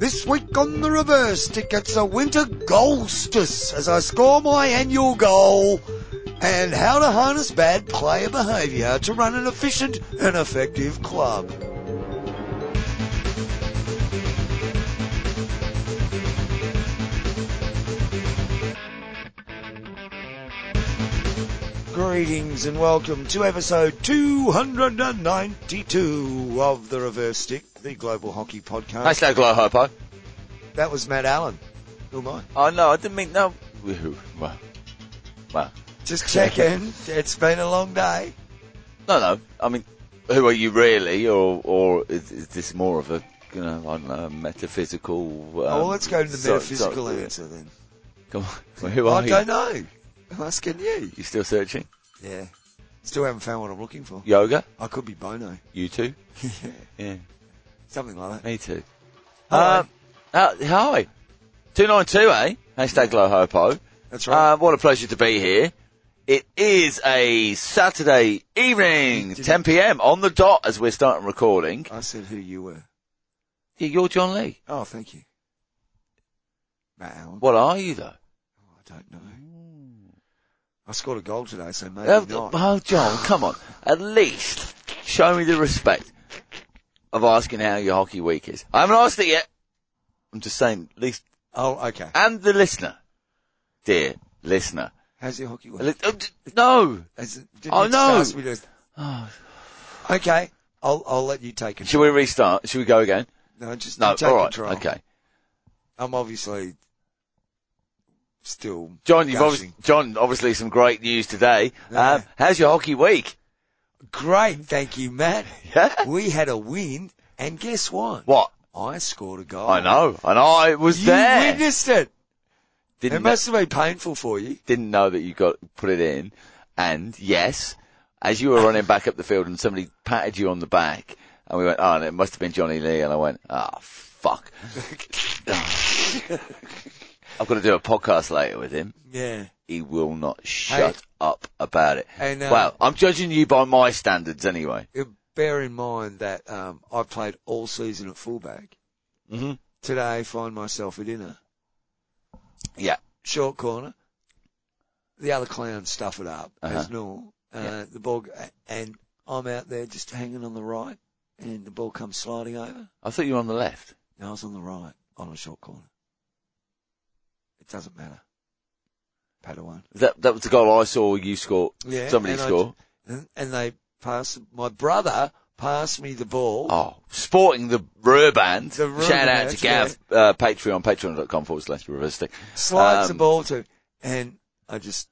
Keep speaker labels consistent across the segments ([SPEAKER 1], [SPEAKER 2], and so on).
[SPEAKER 1] This week on the reverse stick, it's a winter goalstice as I score my annual goal and how to harness bad player behaviour to run an efficient and effective club. Greetings and welcome to episode 292 of The Reverse Stick, the global hockey podcast.
[SPEAKER 2] Hey, Snow Glow Hypo.
[SPEAKER 1] That was Matt Allen. Who am I?
[SPEAKER 2] Oh, no, I didn't mean, no. Woo-hoo. Wow. Wow.
[SPEAKER 1] Just checking. it's been a long day.
[SPEAKER 2] No, no. I mean, who are you really, or or is, is this more of a you know I don't know metaphysical? Um,
[SPEAKER 1] oh, well, let's go to the
[SPEAKER 2] so-
[SPEAKER 1] metaphysical
[SPEAKER 2] so-
[SPEAKER 1] answer then.
[SPEAKER 2] Come on, Well, who
[SPEAKER 1] I
[SPEAKER 2] are you?
[SPEAKER 1] don't know. I'm asking you.
[SPEAKER 2] You still searching?
[SPEAKER 1] Yeah. Still haven't found what I'm looking for.
[SPEAKER 2] Yoga?
[SPEAKER 1] I could be Bono.
[SPEAKER 2] You too? Yeah,
[SPEAKER 1] Something like that.
[SPEAKER 2] me too.
[SPEAKER 1] Hello.
[SPEAKER 2] Um, uh, hi, two nine two, eh? Hashtag Glow Hypo.
[SPEAKER 1] That's right.
[SPEAKER 2] Uh, what a pleasure to be here. It is a Saturday evening,
[SPEAKER 1] Did you-
[SPEAKER 2] 10 p.m. on the dot as we're starting recording.
[SPEAKER 1] I said who you were.
[SPEAKER 2] Yeah, you're John Lee.
[SPEAKER 1] Oh, thank you. Matt Allen.
[SPEAKER 2] What are you though?
[SPEAKER 1] Oh, I don't know. I scored a goal today, so maybe
[SPEAKER 2] Oh,
[SPEAKER 1] not.
[SPEAKER 2] oh, John, come on. At least show me the respect of asking how your hockey week is. I haven't asked it yet. I'm just saying, at least,
[SPEAKER 1] Oh, okay.
[SPEAKER 2] and the listener, dear listener.
[SPEAKER 1] How's your hockey
[SPEAKER 2] At
[SPEAKER 1] work?
[SPEAKER 2] least- oh, d- No.
[SPEAKER 1] Has it- didn't
[SPEAKER 2] Oh,
[SPEAKER 1] you just
[SPEAKER 2] no.
[SPEAKER 1] ask me to-
[SPEAKER 2] Oh,
[SPEAKER 1] Okay. I'll, I'll let you take it.
[SPEAKER 2] Should we restart? Should we go again?
[SPEAKER 1] No, just
[SPEAKER 2] No.
[SPEAKER 1] you take
[SPEAKER 2] all right.
[SPEAKER 1] control.
[SPEAKER 2] Okay.
[SPEAKER 1] I'm obviously still.
[SPEAKER 2] John, you've
[SPEAKER 1] gushing.
[SPEAKER 2] obviously, John, obviously some great news today.
[SPEAKER 1] Yeah.
[SPEAKER 2] Um, how's your hockey week?
[SPEAKER 1] Great, thank you, Matt.
[SPEAKER 2] Yeah.
[SPEAKER 1] we had a win, and guess what?
[SPEAKER 2] What?
[SPEAKER 1] I scored a goal.
[SPEAKER 2] I know. And I was
[SPEAKER 1] You
[SPEAKER 2] there.
[SPEAKER 1] witnessed it. It
[SPEAKER 2] Didn't know-
[SPEAKER 1] must have been painful for you.
[SPEAKER 2] didn't know that you got put it in. And yes, as you were running back up the field and somebody patted you on the back and we went, oh, and it must have been Johnny Lee. And I went, oh, fuck. I've got to do a podcast later with him.
[SPEAKER 1] Yeah.
[SPEAKER 2] He will not shut up about it.
[SPEAKER 1] And, uh,
[SPEAKER 2] well, I'm judging you by my standards anyway.
[SPEAKER 1] Uh, Bear in mind that um, I played all season at fullback.
[SPEAKER 2] Mm-hmm.
[SPEAKER 1] Today, I find myself at inner.
[SPEAKER 2] Yeah.
[SPEAKER 1] Short corner. The other clowns stuff it up as
[SPEAKER 2] Uh-huh.
[SPEAKER 1] normal. Uh,
[SPEAKER 2] Yeah.
[SPEAKER 1] The ball, g- and I'm out there just hanging on the right, and the ball comes sliding over.
[SPEAKER 2] I thought you were on the left.
[SPEAKER 1] No, I was on the right on a short corner. It doesn't matter. Padawan.
[SPEAKER 2] That, that was the goal I saw you score.
[SPEAKER 1] Yeah,
[SPEAKER 2] somebody
[SPEAKER 1] and I-
[SPEAKER 2] score.
[SPEAKER 1] And, and they passed, my brother passed me the ball.
[SPEAKER 2] Oh, sporting the Rurband.
[SPEAKER 1] The Ruhr
[SPEAKER 2] Shout out
[SPEAKER 1] Band,
[SPEAKER 2] to Gav, uh, Patreon, patreon.com forward slash reverse stick.
[SPEAKER 1] slides the
[SPEAKER 2] Um,
[SPEAKER 1] ball to, and I just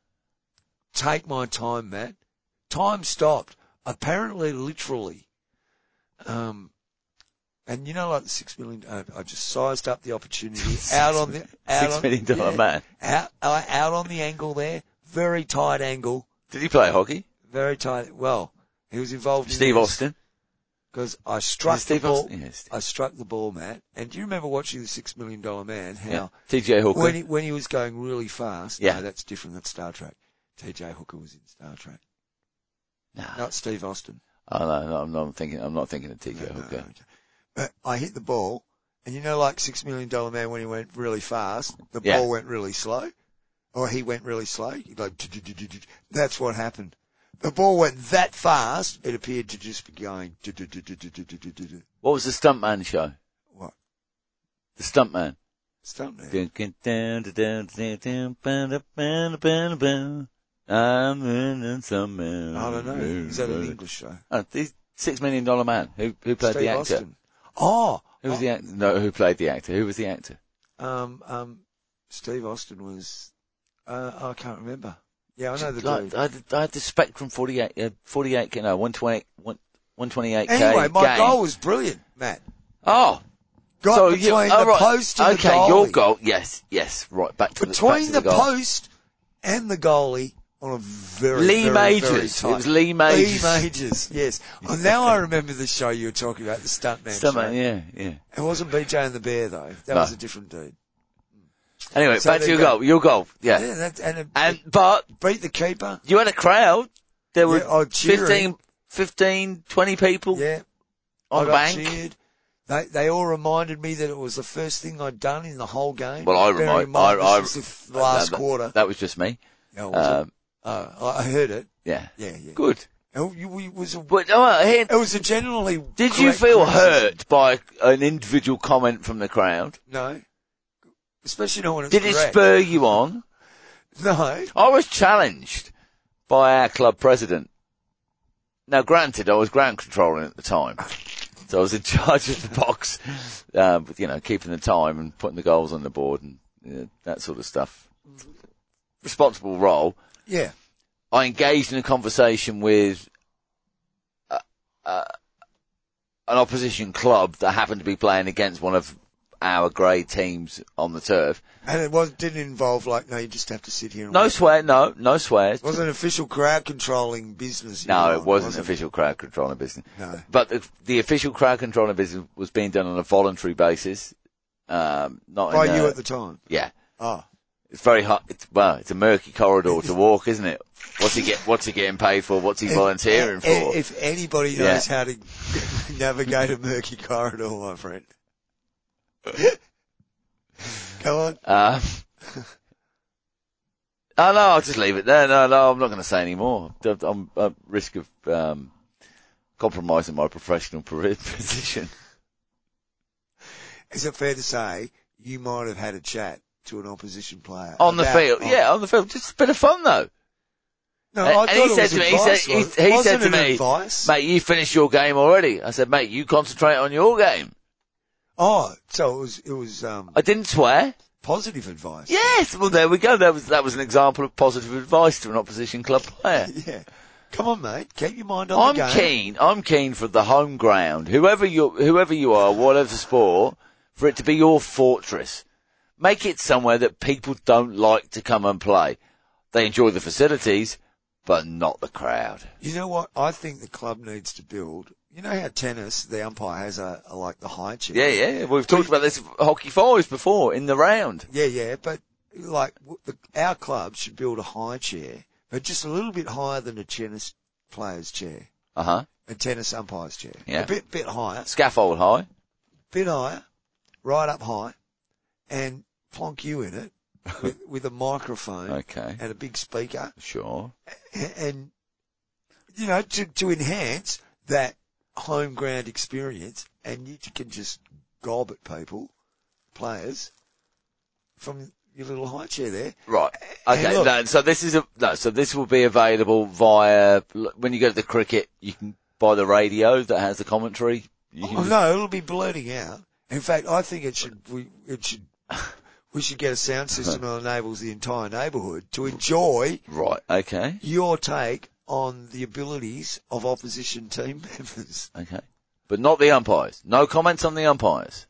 [SPEAKER 1] take my time, Matt. Time stopped, apparently literally. Um, and you know, like the six million, I, I just sized up the opportunity out on the, out
[SPEAKER 2] Six
[SPEAKER 1] on,
[SPEAKER 2] million dollar
[SPEAKER 1] yeah,
[SPEAKER 2] man.
[SPEAKER 1] Out, uh, out on the angle there, very tight angle,
[SPEAKER 2] Did he play hockey?
[SPEAKER 1] very tight. Well, he was involved in
[SPEAKER 2] Steve Austin.
[SPEAKER 1] because I struck
[SPEAKER 2] Is it Steve
[SPEAKER 1] the ball.
[SPEAKER 2] Austin? Yeah, Steve.
[SPEAKER 1] I struck the ball, Matt. And do you remember watching the Six Million Dollar Man? How
[SPEAKER 2] Yeah. TJ Hawker.
[SPEAKER 1] when he, when he was going really fast.
[SPEAKER 2] Yeah.
[SPEAKER 1] No, that's different. That's Star Trek. T.J. Hooker was in Star Trek,
[SPEAKER 2] Nah.
[SPEAKER 1] not Steve Austin.
[SPEAKER 2] Oh, no, no, I'm not thinking, I'm not thinking of TJ
[SPEAKER 1] No, no,
[SPEAKER 2] Hooker.
[SPEAKER 1] okay. But I hit the ball, and you know, like Six Million Dollar Man, when he went really fast, the
[SPEAKER 2] Yeah.
[SPEAKER 1] ball went really slow, or he went really slow. He Like "Du-du-du-du-du." that's what happened. The ball went that fast, it appeared to just be going. "Du-du-du-du-du-du-du-du-du."
[SPEAKER 2] What was the stuntman show?
[SPEAKER 1] What?
[SPEAKER 2] The stuntman.
[SPEAKER 1] Stunt man.
[SPEAKER 2] I'm in some man.
[SPEAKER 1] I don't know. Is that an English show?
[SPEAKER 2] Oh, he's six million dollar man. Who, who played
[SPEAKER 1] Steve
[SPEAKER 2] the actor?
[SPEAKER 1] Austin. Oh,
[SPEAKER 2] Who was
[SPEAKER 1] oh,
[SPEAKER 2] the actor? No, who played the actor? Who was the actor?
[SPEAKER 1] Um, um, Steve Austin was. Uh, I can't remember. Yeah, I know the
[SPEAKER 2] Like,
[SPEAKER 1] dude.
[SPEAKER 2] I, had, I had the Spectrum 48, uh, 48, no, 128, 128
[SPEAKER 1] Anyway, my
[SPEAKER 2] game.
[SPEAKER 1] goal was brilliant, Matt.
[SPEAKER 2] Oh,
[SPEAKER 1] Got
[SPEAKER 2] so
[SPEAKER 1] between
[SPEAKER 2] you,
[SPEAKER 1] the
[SPEAKER 2] oh, right.
[SPEAKER 1] post and
[SPEAKER 2] okay,
[SPEAKER 1] the goalie.
[SPEAKER 2] your goal, yes, yes, right, back to the, back
[SPEAKER 1] Between
[SPEAKER 2] to
[SPEAKER 1] the,
[SPEAKER 2] the goal.
[SPEAKER 1] post and the goalie on a very
[SPEAKER 2] Lee
[SPEAKER 1] very,
[SPEAKER 2] Majors.
[SPEAKER 1] Very tight.
[SPEAKER 2] It was Lee Majors.
[SPEAKER 1] Lee Majors. Yes. Oh, now I remember the show you were talking about, the stuntman.
[SPEAKER 2] Summer,
[SPEAKER 1] show.
[SPEAKER 2] yeah, yeah.
[SPEAKER 1] It wasn't BJ and the Bear though. That
[SPEAKER 2] No.
[SPEAKER 1] was a different dude.
[SPEAKER 2] Anyway,
[SPEAKER 1] So
[SPEAKER 2] back to
[SPEAKER 1] there
[SPEAKER 2] your
[SPEAKER 1] you go.
[SPEAKER 2] goal, your goal, yeah.
[SPEAKER 1] Yeah, that, and it
[SPEAKER 2] And, but,
[SPEAKER 1] beat the keeper.
[SPEAKER 2] you had a crowd. There were
[SPEAKER 1] Yeah, oh, cheering.
[SPEAKER 2] 15, 15, 20 people
[SPEAKER 1] Yeah.
[SPEAKER 2] on
[SPEAKER 1] I
[SPEAKER 2] the
[SPEAKER 1] got
[SPEAKER 2] bank.
[SPEAKER 1] cheered. They they all reminded me that it was the first thing I'd done in the whole game.
[SPEAKER 2] Well, I
[SPEAKER 1] Bear in
[SPEAKER 2] remind-
[SPEAKER 1] mind
[SPEAKER 2] I- I-
[SPEAKER 1] this was the last
[SPEAKER 2] that,
[SPEAKER 1] quarter.
[SPEAKER 2] That was just me.
[SPEAKER 1] Oh, was it?
[SPEAKER 2] Um,
[SPEAKER 1] Oh, I I heard it.
[SPEAKER 2] yeah.
[SPEAKER 1] Yeah, yeah.
[SPEAKER 2] Good.
[SPEAKER 1] Oh, you- It was a, it
[SPEAKER 2] But oh, here,
[SPEAKER 1] was a generally.
[SPEAKER 2] did you
[SPEAKER 1] correct
[SPEAKER 2] feel
[SPEAKER 1] criticism.
[SPEAKER 2] hurt by an individual comment from the crowd?
[SPEAKER 1] No, especially not when it's
[SPEAKER 2] Did it
[SPEAKER 1] correct.
[SPEAKER 2] spur you on?
[SPEAKER 1] No,
[SPEAKER 2] I was challenged by our club president. Now, granted, I was ground controlling at the time, so I was in charge of the box, uh, with, you know, keeping the time and putting the goals on the board and you know, that sort of stuff. Responsible role.
[SPEAKER 1] yeah,
[SPEAKER 2] I engaged in a conversation with uh, uh, an opposition club that happened to be playing against one of our grade teams on the turf.
[SPEAKER 1] and it was didn't involve like no, you just have to sit here. And
[SPEAKER 2] No
[SPEAKER 1] wait.
[SPEAKER 2] swear, no, no swears.
[SPEAKER 1] it wasn't official crowd controlling business. you
[SPEAKER 2] No,
[SPEAKER 1] were
[SPEAKER 2] it
[SPEAKER 1] on,
[SPEAKER 2] wasn't
[SPEAKER 1] was
[SPEAKER 2] official crowd controlling business.
[SPEAKER 1] No.
[SPEAKER 2] But the, the official crowd controlling business was being done on a voluntary basis. Um, not
[SPEAKER 1] by
[SPEAKER 2] in a-
[SPEAKER 1] you at the time.
[SPEAKER 2] yeah.
[SPEAKER 1] Oh,
[SPEAKER 2] It's very hot. It's, well, it's a murky corridor to walk, isn't it? What's he get? What's he getting paid for? What's he volunteering
[SPEAKER 1] if,
[SPEAKER 2] for?
[SPEAKER 1] If anybody
[SPEAKER 2] Yeah.
[SPEAKER 1] knows how to navigate a murky corridor, my friend. Go on.
[SPEAKER 2] Um, oh no, I'll just leave it there. No, no, I'm not going to say any more. I'm- I'm at risk of um, compromising my professional peri- position.
[SPEAKER 1] Is it fair to say you might have had a chat to an opposition player
[SPEAKER 2] on the
[SPEAKER 1] about-
[SPEAKER 2] field.
[SPEAKER 1] on-
[SPEAKER 2] yeah, on the field. Just a bit of fun though.
[SPEAKER 1] No,
[SPEAKER 2] And-
[SPEAKER 1] I
[SPEAKER 2] and
[SPEAKER 1] thought
[SPEAKER 2] he
[SPEAKER 1] it
[SPEAKER 2] said
[SPEAKER 1] was
[SPEAKER 2] to me- he
[SPEAKER 1] advice,
[SPEAKER 2] said- he-
[SPEAKER 1] was-
[SPEAKER 2] he
[SPEAKER 1] wasn't
[SPEAKER 2] said to
[SPEAKER 1] it
[SPEAKER 2] me,
[SPEAKER 1] advice?
[SPEAKER 2] Mate, you finished your game already. I said, mate, you concentrate on your game.
[SPEAKER 1] Oh, so it was it was um,
[SPEAKER 2] I didn't swear.
[SPEAKER 1] positive advice.
[SPEAKER 2] Yes, well there we go. That was, that was an example of positive advice to an opposition club player.
[SPEAKER 1] Yeah. Come on, mate. Keep your mind on
[SPEAKER 2] I'm
[SPEAKER 1] the game.
[SPEAKER 2] keen, I'm keen for the home ground, whoever you, whoever you are, whatever sport, for it to be your fortress. Make it somewhere that people don't like to come and play. They enjoy the facilities, but not the crowd.
[SPEAKER 1] You know what? I think the club needs to build. You know how tennis, the umpire has a, a like the high chair.
[SPEAKER 2] Yeah, yeah. We've talked about this hockey fives before in the round.
[SPEAKER 1] Yeah, yeah, but like w- the, our club should build a high chair, but just a little bit higher than a tennis player's chair,
[SPEAKER 2] Uh huh.
[SPEAKER 1] a tennis umpire's chair.
[SPEAKER 2] Yeah.
[SPEAKER 1] A bit, bit higher,
[SPEAKER 2] Scaffold high.
[SPEAKER 1] bit higher, right up high, and plonk you in it with, with a microphone
[SPEAKER 2] Okay.
[SPEAKER 1] and a big speaker,
[SPEAKER 2] Sure.
[SPEAKER 1] a- and you know to to enhance that home ground experience, and you can just gob at people, players, from your little high chair there.
[SPEAKER 2] Right. Okay.
[SPEAKER 1] Hey, look.
[SPEAKER 2] no, so this is a no. So this will be available via when you go to the cricket. You can buy the radio that has the commentary. You can
[SPEAKER 1] Oh,
[SPEAKER 2] just-
[SPEAKER 1] no, it'll be blurting out. In fact, I think it should. We it should. We should get a sound system that enables the entire neighbourhood to enjoy
[SPEAKER 2] Right. Okay.
[SPEAKER 1] your take on the abilities of opposition team members.
[SPEAKER 2] Okay. But not the umpires. No comments on the umpires.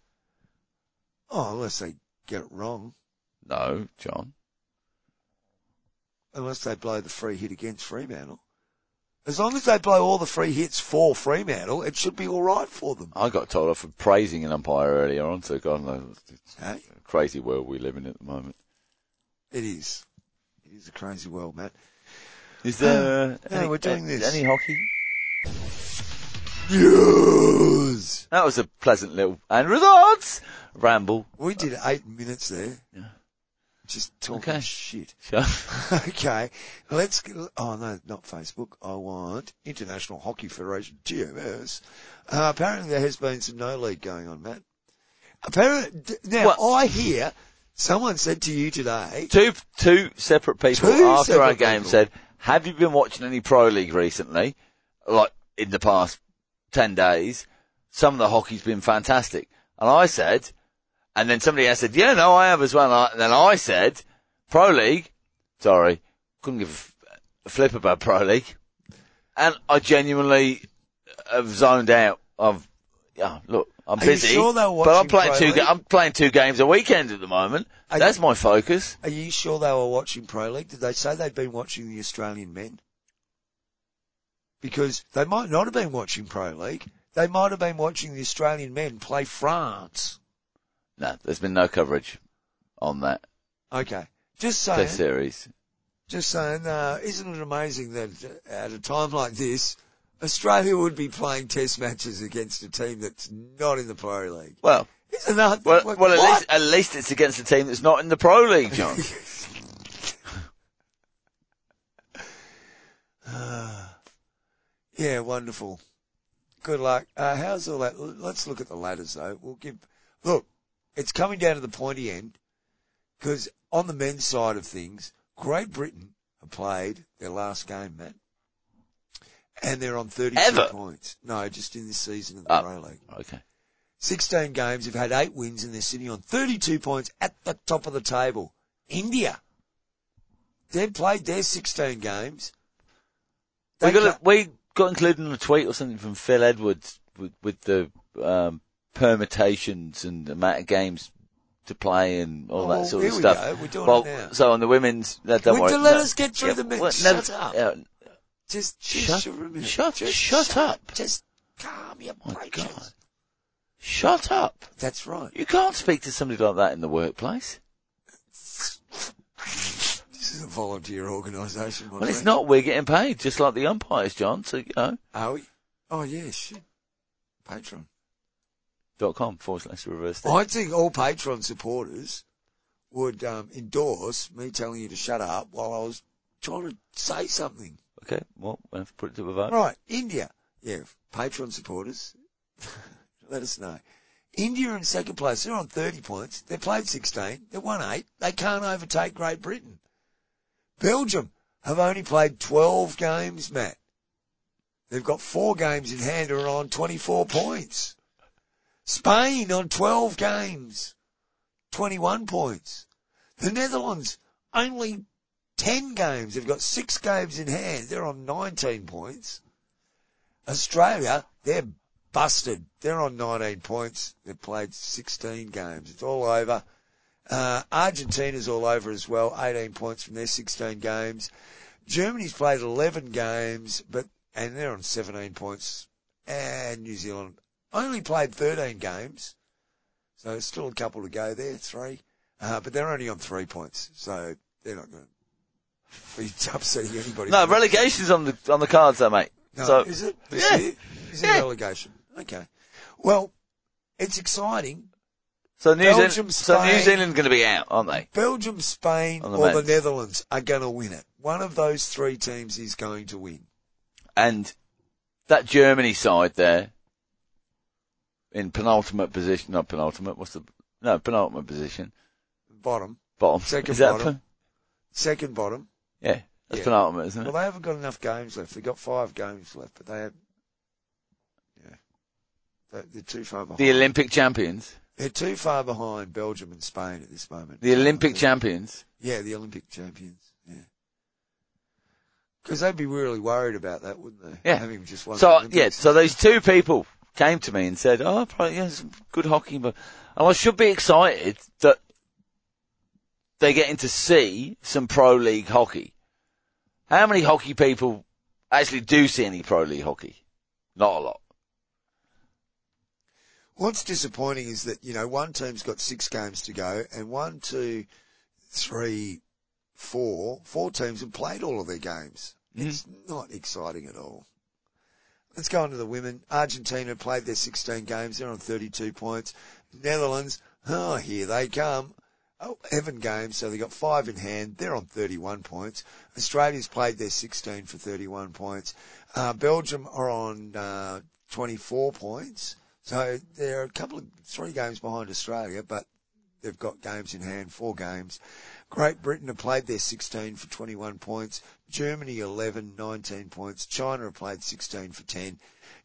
[SPEAKER 1] Oh, unless they get it wrong,
[SPEAKER 2] No, John.
[SPEAKER 1] unless they blow the free hit against Fremantle. As long as they blow all the free hits for Fremantle, it should be all right for them.
[SPEAKER 2] I got told off for praising an umpire earlier on. So God knows, it's
[SPEAKER 1] Hey?
[SPEAKER 2] a crazy world we live in at the moment.
[SPEAKER 1] It is. It is a crazy world, Matt.
[SPEAKER 2] Is there? uh,
[SPEAKER 1] No,
[SPEAKER 2] any-
[SPEAKER 1] we're doing
[SPEAKER 2] uh,
[SPEAKER 1] this.
[SPEAKER 2] Any hockey?
[SPEAKER 1] News.
[SPEAKER 2] That was a pleasant little and results ramble.
[SPEAKER 1] We did eight minutes there.
[SPEAKER 2] Yeah.
[SPEAKER 1] Just talking
[SPEAKER 2] Okay.
[SPEAKER 1] shit.
[SPEAKER 2] Sure.
[SPEAKER 1] okay. Let's, g- oh no, not Facebook. I want International Hockey Federation, GMS. Uh, apparently there has been some no league going on, Matt. Apparently, d- now
[SPEAKER 2] Well-
[SPEAKER 1] I hear someone said to you today,
[SPEAKER 2] two two separate people
[SPEAKER 1] Two
[SPEAKER 2] after our
[SPEAKER 1] separate
[SPEAKER 2] game
[SPEAKER 1] people.
[SPEAKER 2] said, "Have you been watching any pro league recently? Like in the past ten days, some of the hockey's been fantastic." And I said, and then somebody else said, "Yeah, no, I have as well." And I- and then I said, "Pro league, sorry, couldn't give a f- a flip about pro league," and I genuinely have zoned out. I've yeah, look. I'm
[SPEAKER 1] Are you
[SPEAKER 2] busy,
[SPEAKER 1] sure they were
[SPEAKER 2] but I'm
[SPEAKER 1] watching
[SPEAKER 2] playing
[SPEAKER 1] Pro
[SPEAKER 2] two.
[SPEAKER 1] League?
[SPEAKER 2] ga- I'm playing two games a weekend at the moment.
[SPEAKER 1] Are you-
[SPEAKER 2] That's my focus.
[SPEAKER 1] are you sure they were watching Pro League? Did they say they'd been watching the Australian men? Because they might not have been watching Pro League. They might have been watching the Australian men play France.
[SPEAKER 2] No, there's been no coverage on that
[SPEAKER 1] Okay. Just
[SPEAKER 2] this
[SPEAKER 1] saying,
[SPEAKER 2] series.
[SPEAKER 1] just saying, uh, isn't it amazing that at a time like this, Australia would be playing test matches against a team that's not in the Pro League.
[SPEAKER 2] Well,
[SPEAKER 1] Isn't that
[SPEAKER 2] well,
[SPEAKER 1] like,
[SPEAKER 2] well at,
[SPEAKER 1] what?
[SPEAKER 2] least, at least it's against a team that's not in the Pro League, John.
[SPEAKER 1] Yeah, wonderful. Good luck. Uh, how's all that? Let's look at the ladders though. We'll give, look, it's coming down to the pointy end because on the men's side of things, Great Britain have played their last game, Matt. And they're on 32
[SPEAKER 2] Ever?
[SPEAKER 1] points. No, just in this season of the
[SPEAKER 2] Oh.
[SPEAKER 1] Pro League.
[SPEAKER 2] okay.
[SPEAKER 1] 16 games, have had eight wins and they're sitting on 32 points at the top of the table. India. They've played their 16 games.
[SPEAKER 2] We
[SPEAKER 1] They ca-
[SPEAKER 2] got, a, we got included in a tweet or something from Phil Edwards with, with the um, permutations and the amount of games to play and all
[SPEAKER 1] Oh,
[SPEAKER 2] that sort of
[SPEAKER 1] here we
[SPEAKER 2] stuff.
[SPEAKER 1] go. We're doing
[SPEAKER 2] well,
[SPEAKER 1] it now.
[SPEAKER 2] so on the women's, no, don't
[SPEAKER 1] Would
[SPEAKER 2] worry.
[SPEAKER 1] you let
[SPEAKER 2] No.
[SPEAKER 1] us get through the mix?
[SPEAKER 2] well,
[SPEAKER 1] Shut up.
[SPEAKER 2] yeah,
[SPEAKER 1] Just,
[SPEAKER 2] Shut-
[SPEAKER 1] just shut, a minute.
[SPEAKER 2] shut-
[SPEAKER 1] just
[SPEAKER 2] shut up.
[SPEAKER 1] Just calm your
[SPEAKER 2] my
[SPEAKER 1] break.
[SPEAKER 2] God. Shut up.
[SPEAKER 1] That's right.
[SPEAKER 2] You can't speak to somebody like that in the workplace.
[SPEAKER 1] This is a volunteer organisation. my
[SPEAKER 2] Well, it's
[SPEAKER 1] friend.
[SPEAKER 2] not. We're getting paid, just like the umpires, John. So, you know,
[SPEAKER 1] Are we? Oh yeah, shit. Patron.
[SPEAKER 2] dot com forward slash reverse.
[SPEAKER 1] I think all Patron supporters would um, endorse me telling you to shut up while I was trying to say something.
[SPEAKER 2] Okay, well, we'll have to put it to a vote.
[SPEAKER 1] Right, India. Yeah, Patron supporters, let us know. India in second place. They're on 30 points. They played 16. They won 8. They can't overtake Great Britain. Belgium have only played 12 games, Matt. They've got four games in hand and are on 24 points. Spain on 12 games, 21 points. The Netherlands only 10 games. They've got six games in hand. They're on 19 points. Australia, they're busted. They're on 19 points. They've played 16 games. It's all over. Uh, Argentina's all over as well. 18 points from their 16 games. Germany's played 11 games, but, and they're on 17 points. And New Zealand only played 13 games. So still a couple to go there, three. Uh, but they're only on three points. So they're not going to be upsetting anybody.
[SPEAKER 2] No, relegation's on the on the cards, though, mate.
[SPEAKER 1] No,
[SPEAKER 2] so
[SPEAKER 1] is it? This
[SPEAKER 2] yeah,
[SPEAKER 1] year? Is it
[SPEAKER 2] yeah.
[SPEAKER 1] relegation? Okay. Well, it's exciting.
[SPEAKER 2] So New
[SPEAKER 1] Belgium,
[SPEAKER 2] Zealand, so New
[SPEAKER 1] Spain.
[SPEAKER 2] Zealand's going to be out, aren't they?
[SPEAKER 1] Belgium, Spain,
[SPEAKER 2] On the
[SPEAKER 1] or the
[SPEAKER 2] men's.
[SPEAKER 1] Netherlands are going to win it. One of those three teams is going to win.
[SPEAKER 2] And that Germany side there, in penultimate position, not penultimate. What's the no penultimate position?
[SPEAKER 1] Bottom,
[SPEAKER 2] Bottom.
[SPEAKER 1] Second
[SPEAKER 2] Is that
[SPEAKER 1] bottom.
[SPEAKER 2] pen-
[SPEAKER 1] second bottom.
[SPEAKER 2] yeah, that's
[SPEAKER 1] Yeah.
[SPEAKER 2] penultimate, isn't it?
[SPEAKER 1] Well, they haven't got enough games left. They've got five games left, but they have. Yeah, They- they're too far behind.
[SPEAKER 2] the Olympic champions,
[SPEAKER 1] they're too far behind Belgium and Spain at this moment.
[SPEAKER 2] the
[SPEAKER 1] I
[SPEAKER 2] Olympic
[SPEAKER 1] think.
[SPEAKER 2] champions.
[SPEAKER 1] Yeah, the Olympic champions. Yeah. Because they'd be really worried about that, wouldn't they?
[SPEAKER 2] Yeah.
[SPEAKER 1] Having just won. the
[SPEAKER 2] So
[SPEAKER 1] Olympics.
[SPEAKER 2] yeah, so those two people came to me and said, "Oh, probably, yeah, some good hockey," but and I should be excited that they're getting to see some pro league hockey. How many hockey people actually do see any pro league hockey? Not a lot.
[SPEAKER 1] What's disappointing is that, you know, one team's got six games to go and one, two, three, four, four teams have played all of their games. It's not exciting at all. Let's go on to the women. Argentina played their 16 games. They're on 32 points. Netherlands, oh, here they come. Oh, Evan games, so they got five in hand. They're on 31 points. Australia's played their 16 for 31 points. Uh, Belgium are on uh, 24 points. So they're a couple of three games behind Australia, but they've got games in hand, four games. Great Britain have played their 16 for 21 points. Germany 11, 19 points. China have played 16 for 10.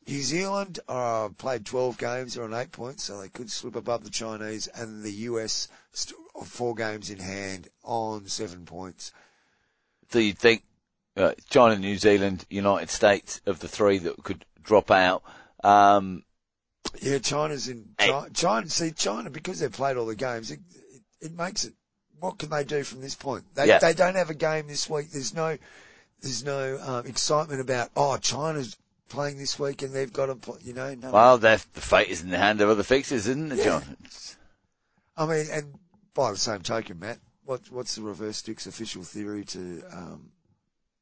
[SPEAKER 1] New Zealand uh, played 12 games, they're on 8 points, so they could slip above the Chinese. And the US, st- four games in hand, on 7 points.
[SPEAKER 2] So you'd think uh, China, New Zealand, United States of the three that could drop out. Um,
[SPEAKER 1] Yeah, China's in China. China see, China because they've played all the games. It, it, it makes it. What can they do from this point? They
[SPEAKER 2] Yeah.
[SPEAKER 1] they don't have a game this week. There's no there's no um, excitement about oh China's playing this week and they've got to play, you know no.
[SPEAKER 2] well, they're- the fate is in the hand of other fixers, isn't it, John?
[SPEAKER 1] I mean and by the same token, Matt, what what's the reverse sticks official theory to um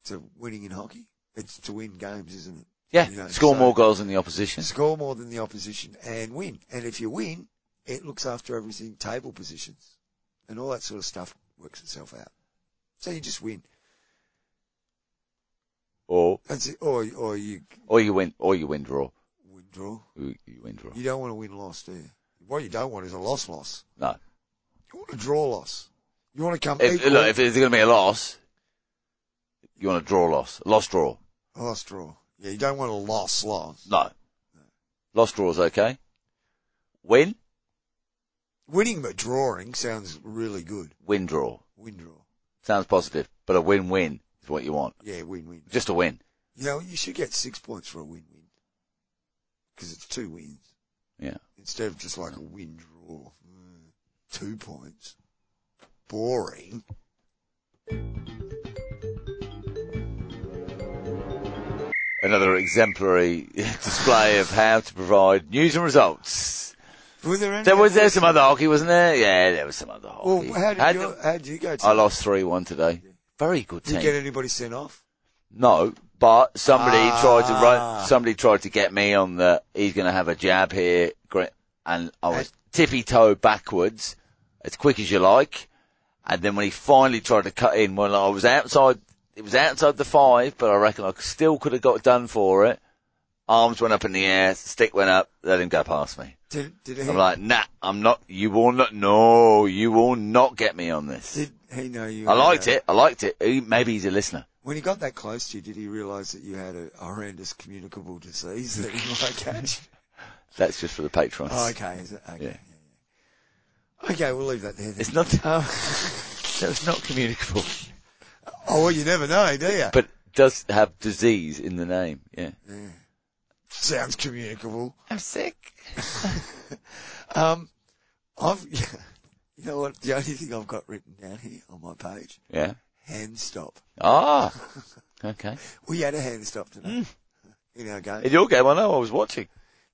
[SPEAKER 1] to winning in hockey? It's to win games, isn't it?
[SPEAKER 2] Yeah.
[SPEAKER 1] You know,
[SPEAKER 2] Score
[SPEAKER 1] so-
[SPEAKER 2] more goals than the opposition.
[SPEAKER 1] score more than the opposition and win. And if you win, it looks after everything, table positions and all that sort of stuff works itself out. So you just win.
[SPEAKER 2] Or,
[SPEAKER 1] That's it. Or, or you
[SPEAKER 2] or you win, or you win draw.
[SPEAKER 1] win draw.
[SPEAKER 2] You you win draw.
[SPEAKER 1] You don't want to win loss, do you? What you don't want is a loss loss.
[SPEAKER 2] No.
[SPEAKER 1] You want a draw loss. You want to come
[SPEAKER 2] If,
[SPEAKER 1] equal,
[SPEAKER 2] look, if there's going to be a loss, you want a draw loss. Loss draw.
[SPEAKER 1] a loss draw. Yeah, you don't want a loss loss.
[SPEAKER 2] No. Loss draw is okay. Win,
[SPEAKER 1] Winning but drawing sounds really good.
[SPEAKER 2] win draw.
[SPEAKER 1] Win draw.
[SPEAKER 2] Sounds positive, but a win-win is what you want.
[SPEAKER 1] Yeah, win win.
[SPEAKER 2] Just a win.
[SPEAKER 1] You know, you should get six points for a win win. Because it's two wins.
[SPEAKER 2] Yeah.
[SPEAKER 1] instead of just like a win draw. Mm, two points. Boring.
[SPEAKER 2] Another exemplary display of how to provide news and results.
[SPEAKER 1] Were there any?
[SPEAKER 2] There was there was some other hockey, wasn't there? Yeah, there was some other
[SPEAKER 1] Well,
[SPEAKER 2] hockey.
[SPEAKER 1] how did,
[SPEAKER 2] How'd
[SPEAKER 1] you, how did you go? To,
[SPEAKER 2] I lost three one today. Very good
[SPEAKER 1] Did you get
[SPEAKER 2] team.
[SPEAKER 1] anybody sent off?
[SPEAKER 2] No, but somebody tried to
[SPEAKER 1] Ah.
[SPEAKER 2] run, somebody tried to get me on the. He's going to have a jab here, gr- and I was tippy toe backwards, as quick as you like. And then when he finally tried to cut in, well, I was outside. It was outside the five, but I reckon I still could have got done for it. Arms went up in the air, stick went up, let him go past me.
[SPEAKER 1] Did did he?
[SPEAKER 2] I'm like, nah, I'm not. You will not. No, you will not get me on this.
[SPEAKER 1] did he know you?
[SPEAKER 2] I liked
[SPEAKER 1] had a-
[SPEAKER 2] it. I liked it. He- Maybe he's a listener.
[SPEAKER 1] When he got that close to you, did he realise that you had a horrendous communicable disease that he might catch?
[SPEAKER 2] That's just for the patrons.
[SPEAKER 1] Oh, okay, is it? Okay.
[SPEAKER 2] Yeah.
[SPEAKER 1] yeah. Okay, we'll leave that there. Then.
[SPEAKER 2] It's not.
[SPEAKER 1] Um,
[SPEAKER 2] No, it's not communicable.
[SPEAKER 1] oh well, you never know, do you?
[SPEAKER 2] But it does have disease in the name, yeah.
[SPEAKER 1] Sounds communicable.
[SPEAKER 2] I'm sick.
[SPEAKER 1] Um, I've, you know what? The only thing I've got written down here on my page,
[SPEAKER 2] Yeah.
[SPEAKER 1] hand stop.
[SPEAKER 2] Ah. Okay.
[SPEAKER 1] We had a hand stop today
[SPEAKER 2] Mm.
[SPEAKER 1] in our game.
[SPEAKER 2] In your game, I know, I was watching.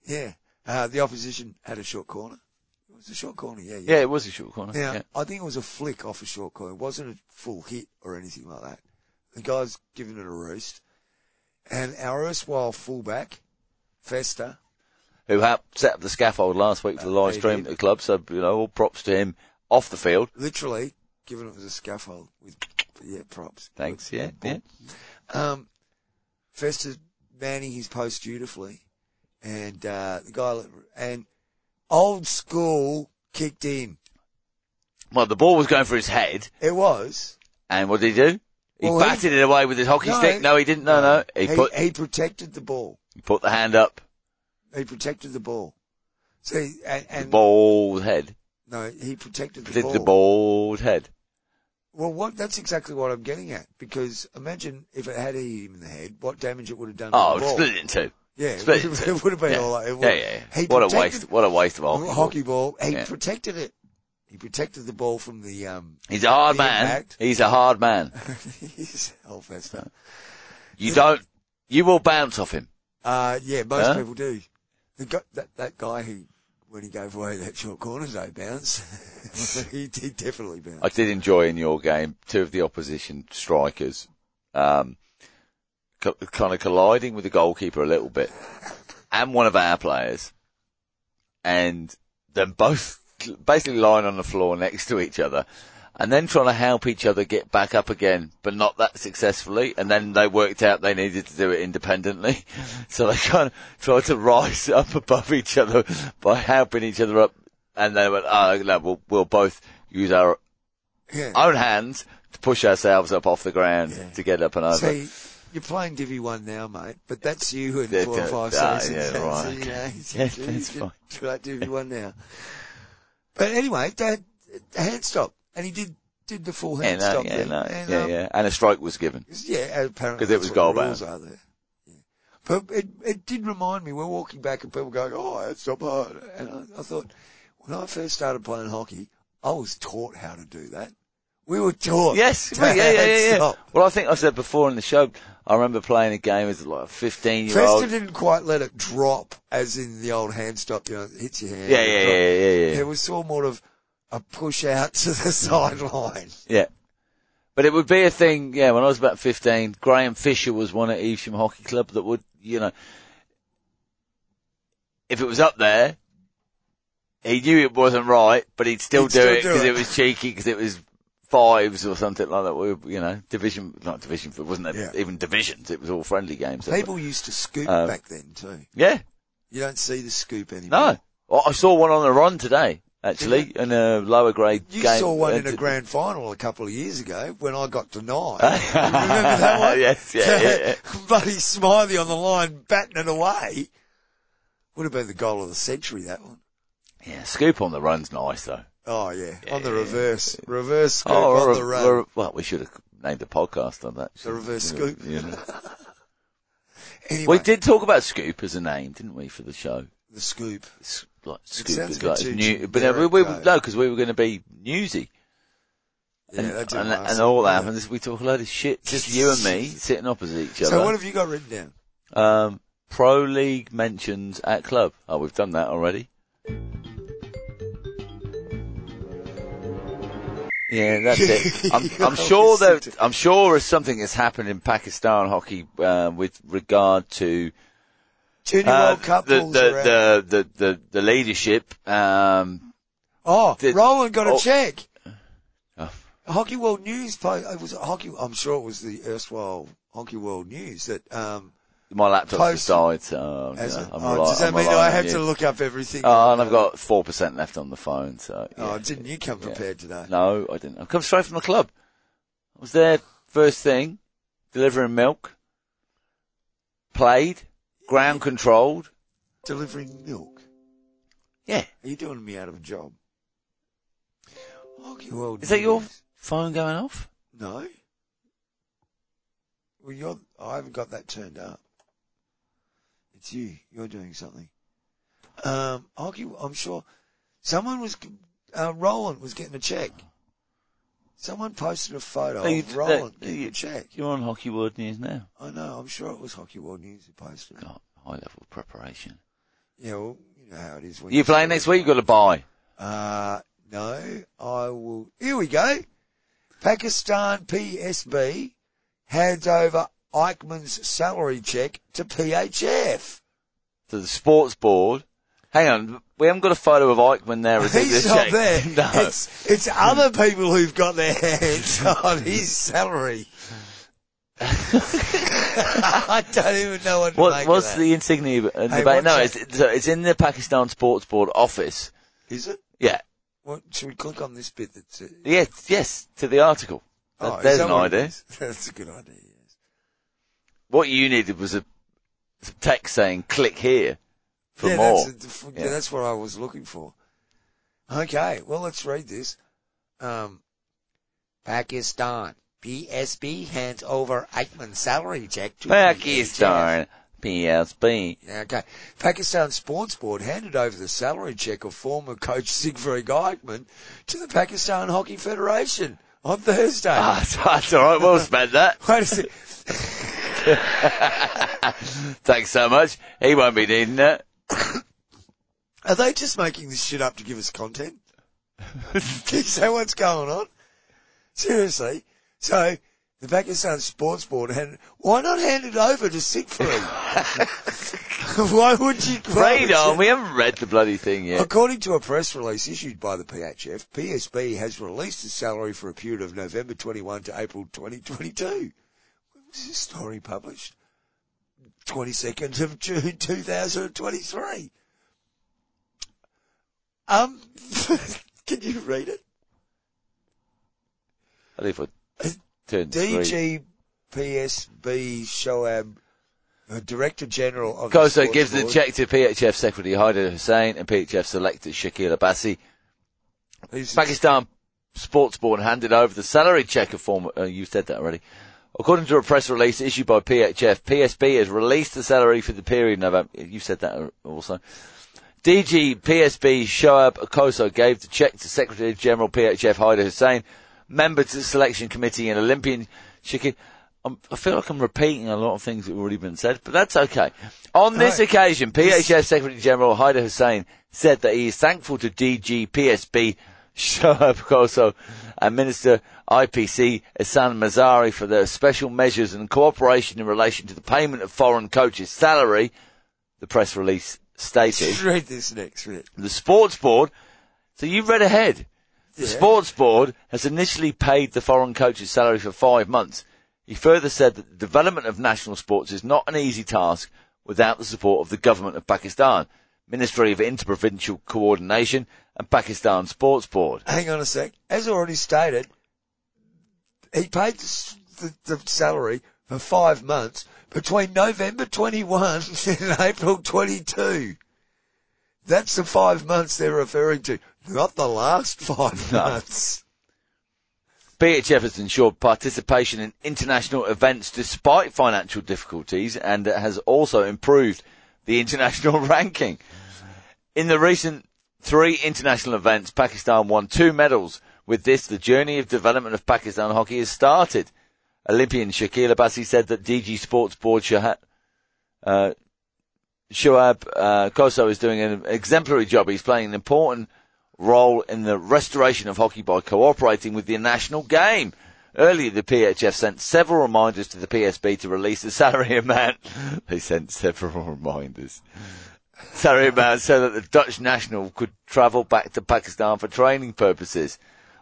[SPEAKER 1] yeah. Uh, the opposition had a short corner. It was a short corner. Yeah. Yeah.
[SPEAKER 2] Yeah, it was a short corner.
[SPEAKER 1] Now,
[SPEAKER 2] Yeah.
[SPEAKER 1] I think it was a flick off a short corner. It wasn't a full hit or anything like that. The guy's giving it a roost. And our erstwhile fullback, Festa,
[SPEAKER 2] Who ha- set up the scaffold last week for the live
[SPEAKER 1] he
[SPEAKER 2] stream
[SPEAKER 1] Oh, did.
[SPEAKER 2] at the club, so, you know, all props to him off the field.
[SPEAKER 1] literally giving it as a scaffold with, yeah, props.
[SPEAKER 2] Thanks, yeah, yeah.
[SPEAKER 1] Um, Festa manning his post dutifully, and uh, the guy and old school kicked in.
[SPEAKER 2] Well, the ball was going for his head,
[SPEAKER 1] It was
[SPEAKER 2] and what did he do? He
[SPEAKER 1] Well, he-
[SPEAKER 2] batted it away with his hockey
[SPEAKER 1] No,
[SPEAKER 2] stick. No, he didn't. No, no.
[SPEAKER 1] he,
[SPEAKER 2] He put,
[SPEAKER 1] he protected the ball.
[SPEAKER 2] he put the hand up,
[SPEAKER 1] He protected the ball. So he, and,
[SPEAKER 2] the
[SPEAKER 1] and
[SPEAKER 2] ball's head.
[SPEAKER 1] no, he protected the
[SPEAKER 2] Did
[SPEAKER 1] ball.
[SPEAKER 2] the ball's head.
[SPEAKER 1] Well, what that's exactly what I'm getting at because imagine if it had hit him in the head, what damage it would have done.
[SPEAKER 2] Oh,
[SPEAKER 1] to the ball.
[SPEAKER 2] split it in two.
[SPEAKER 1] yeah, it
[SPEAKER 2] Split
[SPEAKER 1] would-
[SPEAKER 2] it.
[SPEAKER 1] it would have been
[SPEAKER 2] yeah.
[SPEAKER 1] all like it would-
[SPEAKER 2] yeah, yeah, yeah.
[SPEAKER 1] He
[SPEAKER 2] What a
[SPEAKER 1] protected-
[SPEAKER 2] waste! What a waste of hockey.
[SPEAKER 1] Hockey, ball. He
[SPEAKER 2] Oh, Yeah.
[SPEAKER 1] protected it. He protected the ball from the um,
[SPEAKER 2] He's a hard
[SPEAKER 1] The
[SPEAKER 2] man.
[SPEAKER 1] impact.
[SPEAKER 2] He's a hard man.
[SPEAKER 1] his health and stuff.
[SPEAKER 2] You don't. You will bounce off him.
[SPEAKER 1] Uh, yeah, most
[SPEAKER 2] Huh?
[SPEAKER 1] people do. The guy, that, that guy who, when he gave away that short corner, though, bounce. he did definitely bounce.
[SPEAKER 2] I did enjoy in your game two of the opposition strikers, um, co- kind of colliding with the goalkeeper a little bit, and one of our players, and them both basically lying on the floor next to each other. And then trying to help each other get back up again, but not that successfully. And then they worked out they needed to do it independently. So they kind of tried to rise up above each other by helping each other up. And they went, oh, no, we'll, we'll both use our
[SPEAKER 1] yeah.
[SPEAKER 2] own hands to push ourselves up off the ground to get up and over.
[SPEAKER 1] See, you're playing Divi 1 now, mate, but that's you in
[SPEAKER 2] Yeah,
[SPEAKER 1] four or five
[SPEAKER 2] yeah,
[SPEAKER 1] seasons.
[SPEAKER 2] yeah, right.
[SPEAKER 1] So, you know,
[SPEAKER 2] Yeah,
[SPEAKER 1] you
[SPEAKER 2] that's
[SPEAKER 1] can
[SPEAKER 2] fine.
[SPEAKER 1] try Divi 1 now. But anyway, that a hand stop. And he did, did the full
[SPEAKER 2] yeah,
[SPEAKER 1] hand
[SPEAKER 2] no,
[SPEAKER 1] stop.
[SPEAKER 2] yeah,
[SPEAKER 1] there.
[SPEAKER 2] no,
[SPEAKER 1] and,
[SPEAKER 2] yeah,
[SPEAKER 1] um,
[SPEAKER 2] yeah. And a strike was given.
[SPEAKER 1] Yeah, apparently
[SPEAKER 2] 'Cause it
[SPEAKER 1] that's
[SPEAKER 2] was
[SPEAKER 1] what
[SPEAKER 2] goal
[SPEAKER 1] the rules
[SPEAKER 2] bound.
[SPEAKER 1] are there. Yeah. But it, it did remind me. We're walking back and people going, "Oh, it's not hard." And I, I thought, when I first started playing hockey, I was taught how to do that. We were taught.
[SPEAKER 2] Yes,
[SPEAKER 1] to
[SPEAKER 2] well, yeah, yeah,
[SPEAKER 1] hand
[SPEAKER 2] yeah, yeah.
[SPEAKER 1] stop.
[SPEAKER 2] Well, I think I said before in the show, I remember playing a game as like a 15 year
[SPEAKER 1] Festa
[SPEAKER 2] old.
[SPEAKER 1] didn't quite let it drop, as in the old hand stop. You know, it hits your hand.
[SPEAKER 2] Yeah,
[SPEAKER 1] it
[SPEAKER 2] yeah,
[SPEAKER 1] drops.
[SPEAKER 2] yeah, yeah, yeah.
[SPEAKER 1] It was sort more of a push out to the sideline.
[SPEAKER 2] Yeah. But it would be a thing, yeah, when I was about 15, Graham Fisher was one at Evesham Hockey Club that would you know, if it was up there, he knew it wasn't right, but he'd still
[SPEAKER 1] He'd
[SPEAKER 2] do
[SPEAKER 1] still
[SPEAKER 2] it
[SPEAKER 1] do
[SPEAKER 2] 'cause it
[SPEAKER 1] it.
[SPEAKER 2] because it was cheeky because it was fives or something like that. We, you know, division, not division, it wasn't there
[SPEAKER 1] Yeah.
[SPEAKER 2] even divisions. It was all friendly games.
[SPEAKER 1] People used to scoop
[SPEAKER 2] Um,
[SPEAKER 1] back then too.
[SPEAKER 2] Yeah,
[SPEAKER 1] You don't see the scoop anymore.
[SPEAKER 2] no. Well, I saw one on the run today, actually, in a lower grade
[SPEAKER 1] You
[SPEAKER 2] game.
[SPEAKER 1] saw one
[SPEAKER 2] Uh,
[SPEAKER 1] in a
[SPEAKER 2] t-
[SPEAKER 1] grand final a couple of years ago when I got denied.
[SPEAKER 2] Huh?
[SPEAKER 1] You remember that one?
[SPEAKER 2] Yes, yeah, yeah, yeah.
[SPEAKER 1] Buddy Smiley on the line batting it away. Would have been the goal of the century, that one.
[SPEAKER 2] Yeah, scoop on the run's nice though.
[SPEAKER 1] Oh yeah, on the
[SPEAKER 2] Yeah. Oh,
[SPEAKER 1] reverse, reverse scoop on
[SPEAKER 2] or a-
[SPEAKER 1] the run.
[SPEAKER 2] or a- well, we should have named the podcast on that.
[SPEAKER 1] The reverse
[SPEAKER 2] You know,
[SPEAKER 1] scoop.
[SPEAKER 2] you know.
[SPEAKER 1] anyway,
[SPEAKER 2] we did talk about scoop as a name, didn't we, for the show?
[SPEAKER 1] the scoop.
[SPEAKER 2] S- Like scoop
[SPEAKER 1] sounds
[SPEAKER 2] is
[SPEAKER 1] a bit
[SPEAKER 2] like
[SPEAKER 1] too
[SPEAKER 2] new, but no, we, we
[SPEAKER 1] generic, though.
[SPEAKER 2] no, because we were going to be newsy,
[SPEAKER 1] Yeah,
[SPEAKER 2] and,
[SPEAKER 1] that didn't
[SPEAKER 2] and,
[SPEAKER 1] last.
[SPEAKER 2] and all that
[SPEAKER 1] Yeah.
[SPEAKER 2] happens is we talk a load of shit, just you and me sitting opposite each other.
[SPEAKER 1] So what have you got written down?
[SPEAKER 2] um, pro league mentions at club. Oh, we've done that already. Yeah, that's it. I'm, I'm sure that I'm sure if something has happened in Pakistan hockey uh, with regard to
[SPEAKER 1] Junior
[SPEAKER 2] uh,
[SPEAKER 1] World Cup
[SPEAKER 2] the,
[SPEAKER 1] balls are out.
[SPEAKER 2] the, the, the the the leadership. Um,
[SPEAKER 1] Oh,
[SPEAKER 2] the-
[SPEAKER 1] Roland got a
[SPEAKER 2] oh.
[SPEAKER 1] check.
[SPEAKER 2] oh,
[SPEAKER 1] Hockey World News. po- It was hockey. I'm sure it was the erstwhile Hockey World News that um,
[SPEAKER 2] my laptop's
[SPEAKER 1] Close.
[SPEAKER 2] beside, so
[SPEAKER 1] As
[SPEAKER 2] yeah,
[SPEAKER 1] a-
[SPEAKER 2] I'm
[SPEAKER 1] oh,
[SPEAKER 2] rely-
[SPEAKER 1] does that
[SPEAKER 2] I'm
[SPEAKER 1] mean
[SPEAKER 2] relying
[SPEAKER 1] I
[SPEAKER 2] on
[SPEAKER 1] have
[SPEAKER 2] you.
[SPEAKER 1] to look up everything?
[SPEAKER 2] Oh, and I've got four percent left on the phone. So yeah.
[SPEAKER 1] Oh, I didn't you come prepared today?
[SPEAKER 2] No, I didn't. I've come straight from the club. I was there first thing, delivering milk, played, ground controlled.
[SPEAKER 1] Delivering milk.
[SPEAKER 2] Yeah.
[SPEAKER 1] Are you doing me out of a job? Hockey World.
[SPEAKER 2] Is that your
[SPEAKER 1] News.
[SPEAKER 2] phone going off?
[SPEAKER 1] No. Well, you're. I haven't got that turned up. It's you. You're doing something. Um, hockey. I'm sure someone was. Uh, Roland was getting a check. Someone posted a photo
[SPEAKER 2] No, you-
[SPEAKER 1] of Roland
[SPEAKER 2] no,
[SPEAKER 1] getting
[SPEAKER 2] you-
[SPEAKER 1] a check.
[SPEAKER 2] You're on Hockey World News now.
[SPEAKER 1] I know. I'm sure it was Hockey World News who posted. it.
[SPEAKER 2] God, high level of preparation.
[SPEAKER 1] Yeah. Well, you know how it is. When
[SPEAKER 2] You playing next week? You've got to buy.
[SPEAKER 1] Uh, no, I will. Here we go. Pakistan PSB hands over Eichmann's salary check to PHF.
[SPEAKER 2] to the sports board. Hang on, we haven't got a photo of Eichmann there. Is it?
[SPEAKER 1] He's
[SPEAKER 2] This
[SPEAKER 1] not
[SPEAKER 2] check?
[SPEAKER 1] there.
[SPEAKER 2] No.
[SPEAKER 1] It's, it's other people who've got their hands on his salary. I don't even know what to
[SPEAKER 2] what,
[SPEAKER 1] make
[SPEAKER 2] what's
[SPEAKER 1] of that.
[SPEAKER 2] the insignia? In the
[SPEAKER 1] Hey,
[SPEAKER 2] back?
[SPEAKER 1] what's
[SPEAKER 2] No,
[SPEAKER 1] that?
[SPEAKER 2] it's, so it's in the Pakistan Sports Board office.
[SPEAKER 1] Is it?
[SPEAKER 2] Yeah,
[SPEAKER 1] What, should we click on this bit that's... Uh,
[SPEAKER 2] yes, yes, to the article. That-
[SPEAKER 1] oh, is
[SPEAKER 2] there's
[SPEAKER 1] that
[SPEAKER 2] an
[SPEAKER 1] what it
[SPEAKER 2] idea.
[SPEAKER 1] is? That's a good idea, yes.
[SPEAKER 2] What you needed was a some text saying "click here" for
[SPEAKER 1] yeah,
[SPEAKER 2] more.
[SPEAKER 1] That's, a-
[SPEAKER 2] Yeah.
[SPEAKER 1] yeah, that's what I was looking for. Okay, well, let's read this. Um, Pakistan. PSB hands over Eichmann salary check to E
[SPEAKER 2] Pakistan PSB.
[SPEAKER 1] PHF. Okay. Pakistan Sports Board handed over the salary check of former coach Siegfried Eichmann to the Pakistan Hockey Federation on Thursday.
[SPEAKER 2] Ah, that's, that's all right. Well spent that.
[SPEAKER 1] Wait a sec.
[SPEAKER 2] Thanks so much. He won't be needing it.
[SPEAKER 1] Are they just making this shit up to give us content? Is that what's going on? Seriously. So, the Pakistan Sports Board had, why not hand it over to Siegfried? why would you? why would
[SPEAKER 2] Right on.
[SPEAKER 1] you-
[SPEAKER 2] We haven't read the bloody thing yet.
[SPEAKER 1] According to a press release issued by the PHF, PSB has released the salary for a period of November 21 to April 2022. When was this story published? 22nd of June 2023. Um, can you read it?
[SPEAKER 2] I think if
[SPEAKER 1] uh,
[SPEAKER 2] I turn three.
[SPEAKER 1] DG PSB Shoab, uh, Director General of the
[SPEAKER 2] Koso
[SPEAKER 1] Sports
[SPEAKER 2] gives the
[SPEAKER 1] Board.
[SPEAKER 2] check to PHF Secretary Haider Hussain and PHF selector Shakil Abbasi.
[SPEAKER 1] He's-
[SPEAKER 2] Pakistan Sports Board handed over the salary check of former, uh, you said that already. According to a press release issued by PHF, PSB has released the salary for the period November, you said that also. DG PSB Shoaib Okoso gave the check to Secretary General PHF Haider Hussain, member to the selection committee and Olympian Shakir. I'm, I feel like I'm repeating a lot of things that have already been said, but that's okay. On this
[SPEAKER 1] Right.
[SPEAKER 2] occasion, PHF Secretary General Haider Hussain said that he is thankful to DG PSB Shoaib Koso and Minister IPC Hassan Mazari for their special measures and cooperation in relation to the payment of foreign coaches' salary, the press release stated.
[SPEAKER 1] Read this next bit.
[SPEAKER 2] The sports board, so you read ahead. The
[SPEAKER 1] Yeah.
[SPEAKER 2] sports board has initially paid the foreign coach's salary for five months. He further said that the development of national sports is not an easy task without the support of the government of Pakistan, Ministry of Interprovincial Coordination and Pakistan Sports Board.
[SPEAKER 1] Hang on a sec. As already stated, he paid the, s- the, the salary for five months between November 21 and April 22. That's the five months they're referring to, not the last five
[SPEAKER 2] No.
[SPEAKER 1] months.
[SPEAKER 2] BHF has ensured participation in international events despite financial difficulties and has also improved the international ranking. In the recent three international events, Pakistan won two medals. With this, the journey of development of Pakistan hockey has started. Olympian Shakil Abbasi said that DG Sports Board Shah- uh, Shoaib uh, Koso is doing an exemplary job. He's playing an important role in the restoration of hockey by cooperating with the national game. Earlier, the PHF sent several reminders to the PSB to release the salary amount. They sent several reminders. Salary amount so that the Dutch national could travel back to Pakistan for training purposes.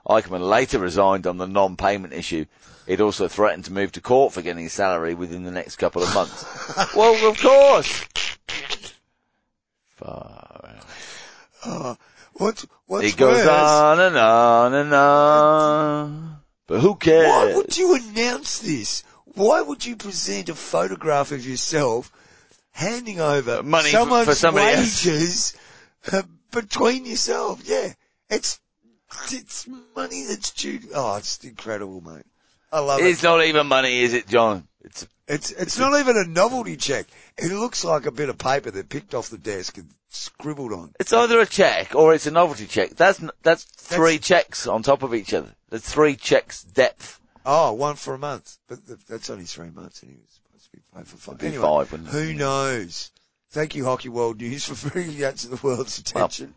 [SPEAKER 2] Eichmann later resigned on the non-payment issue. It also threatened to move to court for getting his salary within the next couple of months. well, of course. Far out.
[SPEAKER 1] What's, what's
[SPEAKER 2] It goes
[SPEAKER 1] worse,
[SPEAKER 2] on and on and on. But who cares?
[SPEAKER 1] Why would you announce this? Why would you present a photograph of yourself handing over
[SPEAKER 2] Uh, Money for-
[SPEAKER 1] someone's
[SPEAKER 2] for somebody else.
[SPEAKER 1] wages uh, between yourself? Yeah, it's it's money that's due. Oh, it's incredible, mate. I love it.
[SPEAKER 2] it's not even money, is it, John? It's
[SPEAKER 1] It's it's not even a novelty check. It looks like a bit of paper that picked off the desk and scribbled on.
[SPEAKER 2] it's either a check or it's a novelty check. That's n- that's three checks on top of each other. That's three checks depth.
[SPEAKER 1] Oh, one for a month, but th- that's only three months, and he was supposed to be paid for five.
[SPEAKER 2] It'd be
[SPEAKER 1] Anyway,
[SPEAKER 2] five, wouldn't it?
[SPEAKER 1] who knows? Thank you, Hockey World News, for bringing that to the world's attention.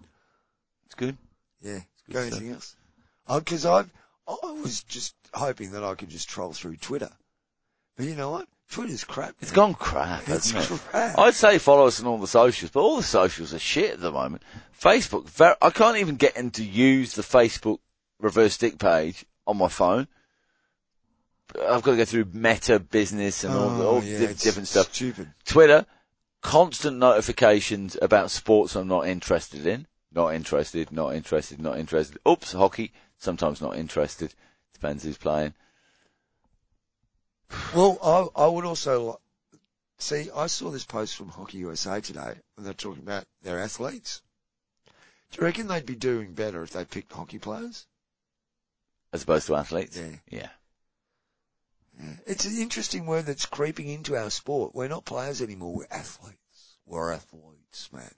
[SPEAKER 2] It's good.
[SPEAKER 1] yeah, got anything else? Because I, I was just hoping that I could just troll through Twitter, but you know what? Twitter's crap.
[SPEAKER 2] It's gone crap,
[SPEAKER 1] It's
[SPEAKER 2] hasn't it?
[SPEAKER 1] crap.
[SPEAKER 2] I'd say follow us on all the socials, but all the socials are shit at the moment. Facebook, ver- I can't even get in to use the Facebook reverse stick page on my phone. I've got to go through Meta Business and all,
[SPEAKER 1] Oh,
[SPEAKER 2] all
[SPEAKER 1] yeah,
[SPEAKER 2] diff-
[SPEAKER 1] it's
[SPEAKER 2] different stuff.
[SPEAKER 1] Stupid.
[SPEAKER 2] Twitter, constant notifications about sports I'm not interested in. Not interested, not interested, not interested. Oops, hockey. Sometimes not interested. Depends who's playing.
[SPEAKER 1] Well, I, I would also li- see. I saw this post from Hockey USA today, and they're talking about their athletes. Do you reckon they'd be doing better if they picked hockey players?
[SPEAKER 2] As opposed to athletes.
[SPEAKER 1] Yeah.
[SPEAKER 2] Yeah.
[SPEAKER 1] It's an interesting word that's creeping into our sport. We're not players anymore. We're athletes. We're athletes, man.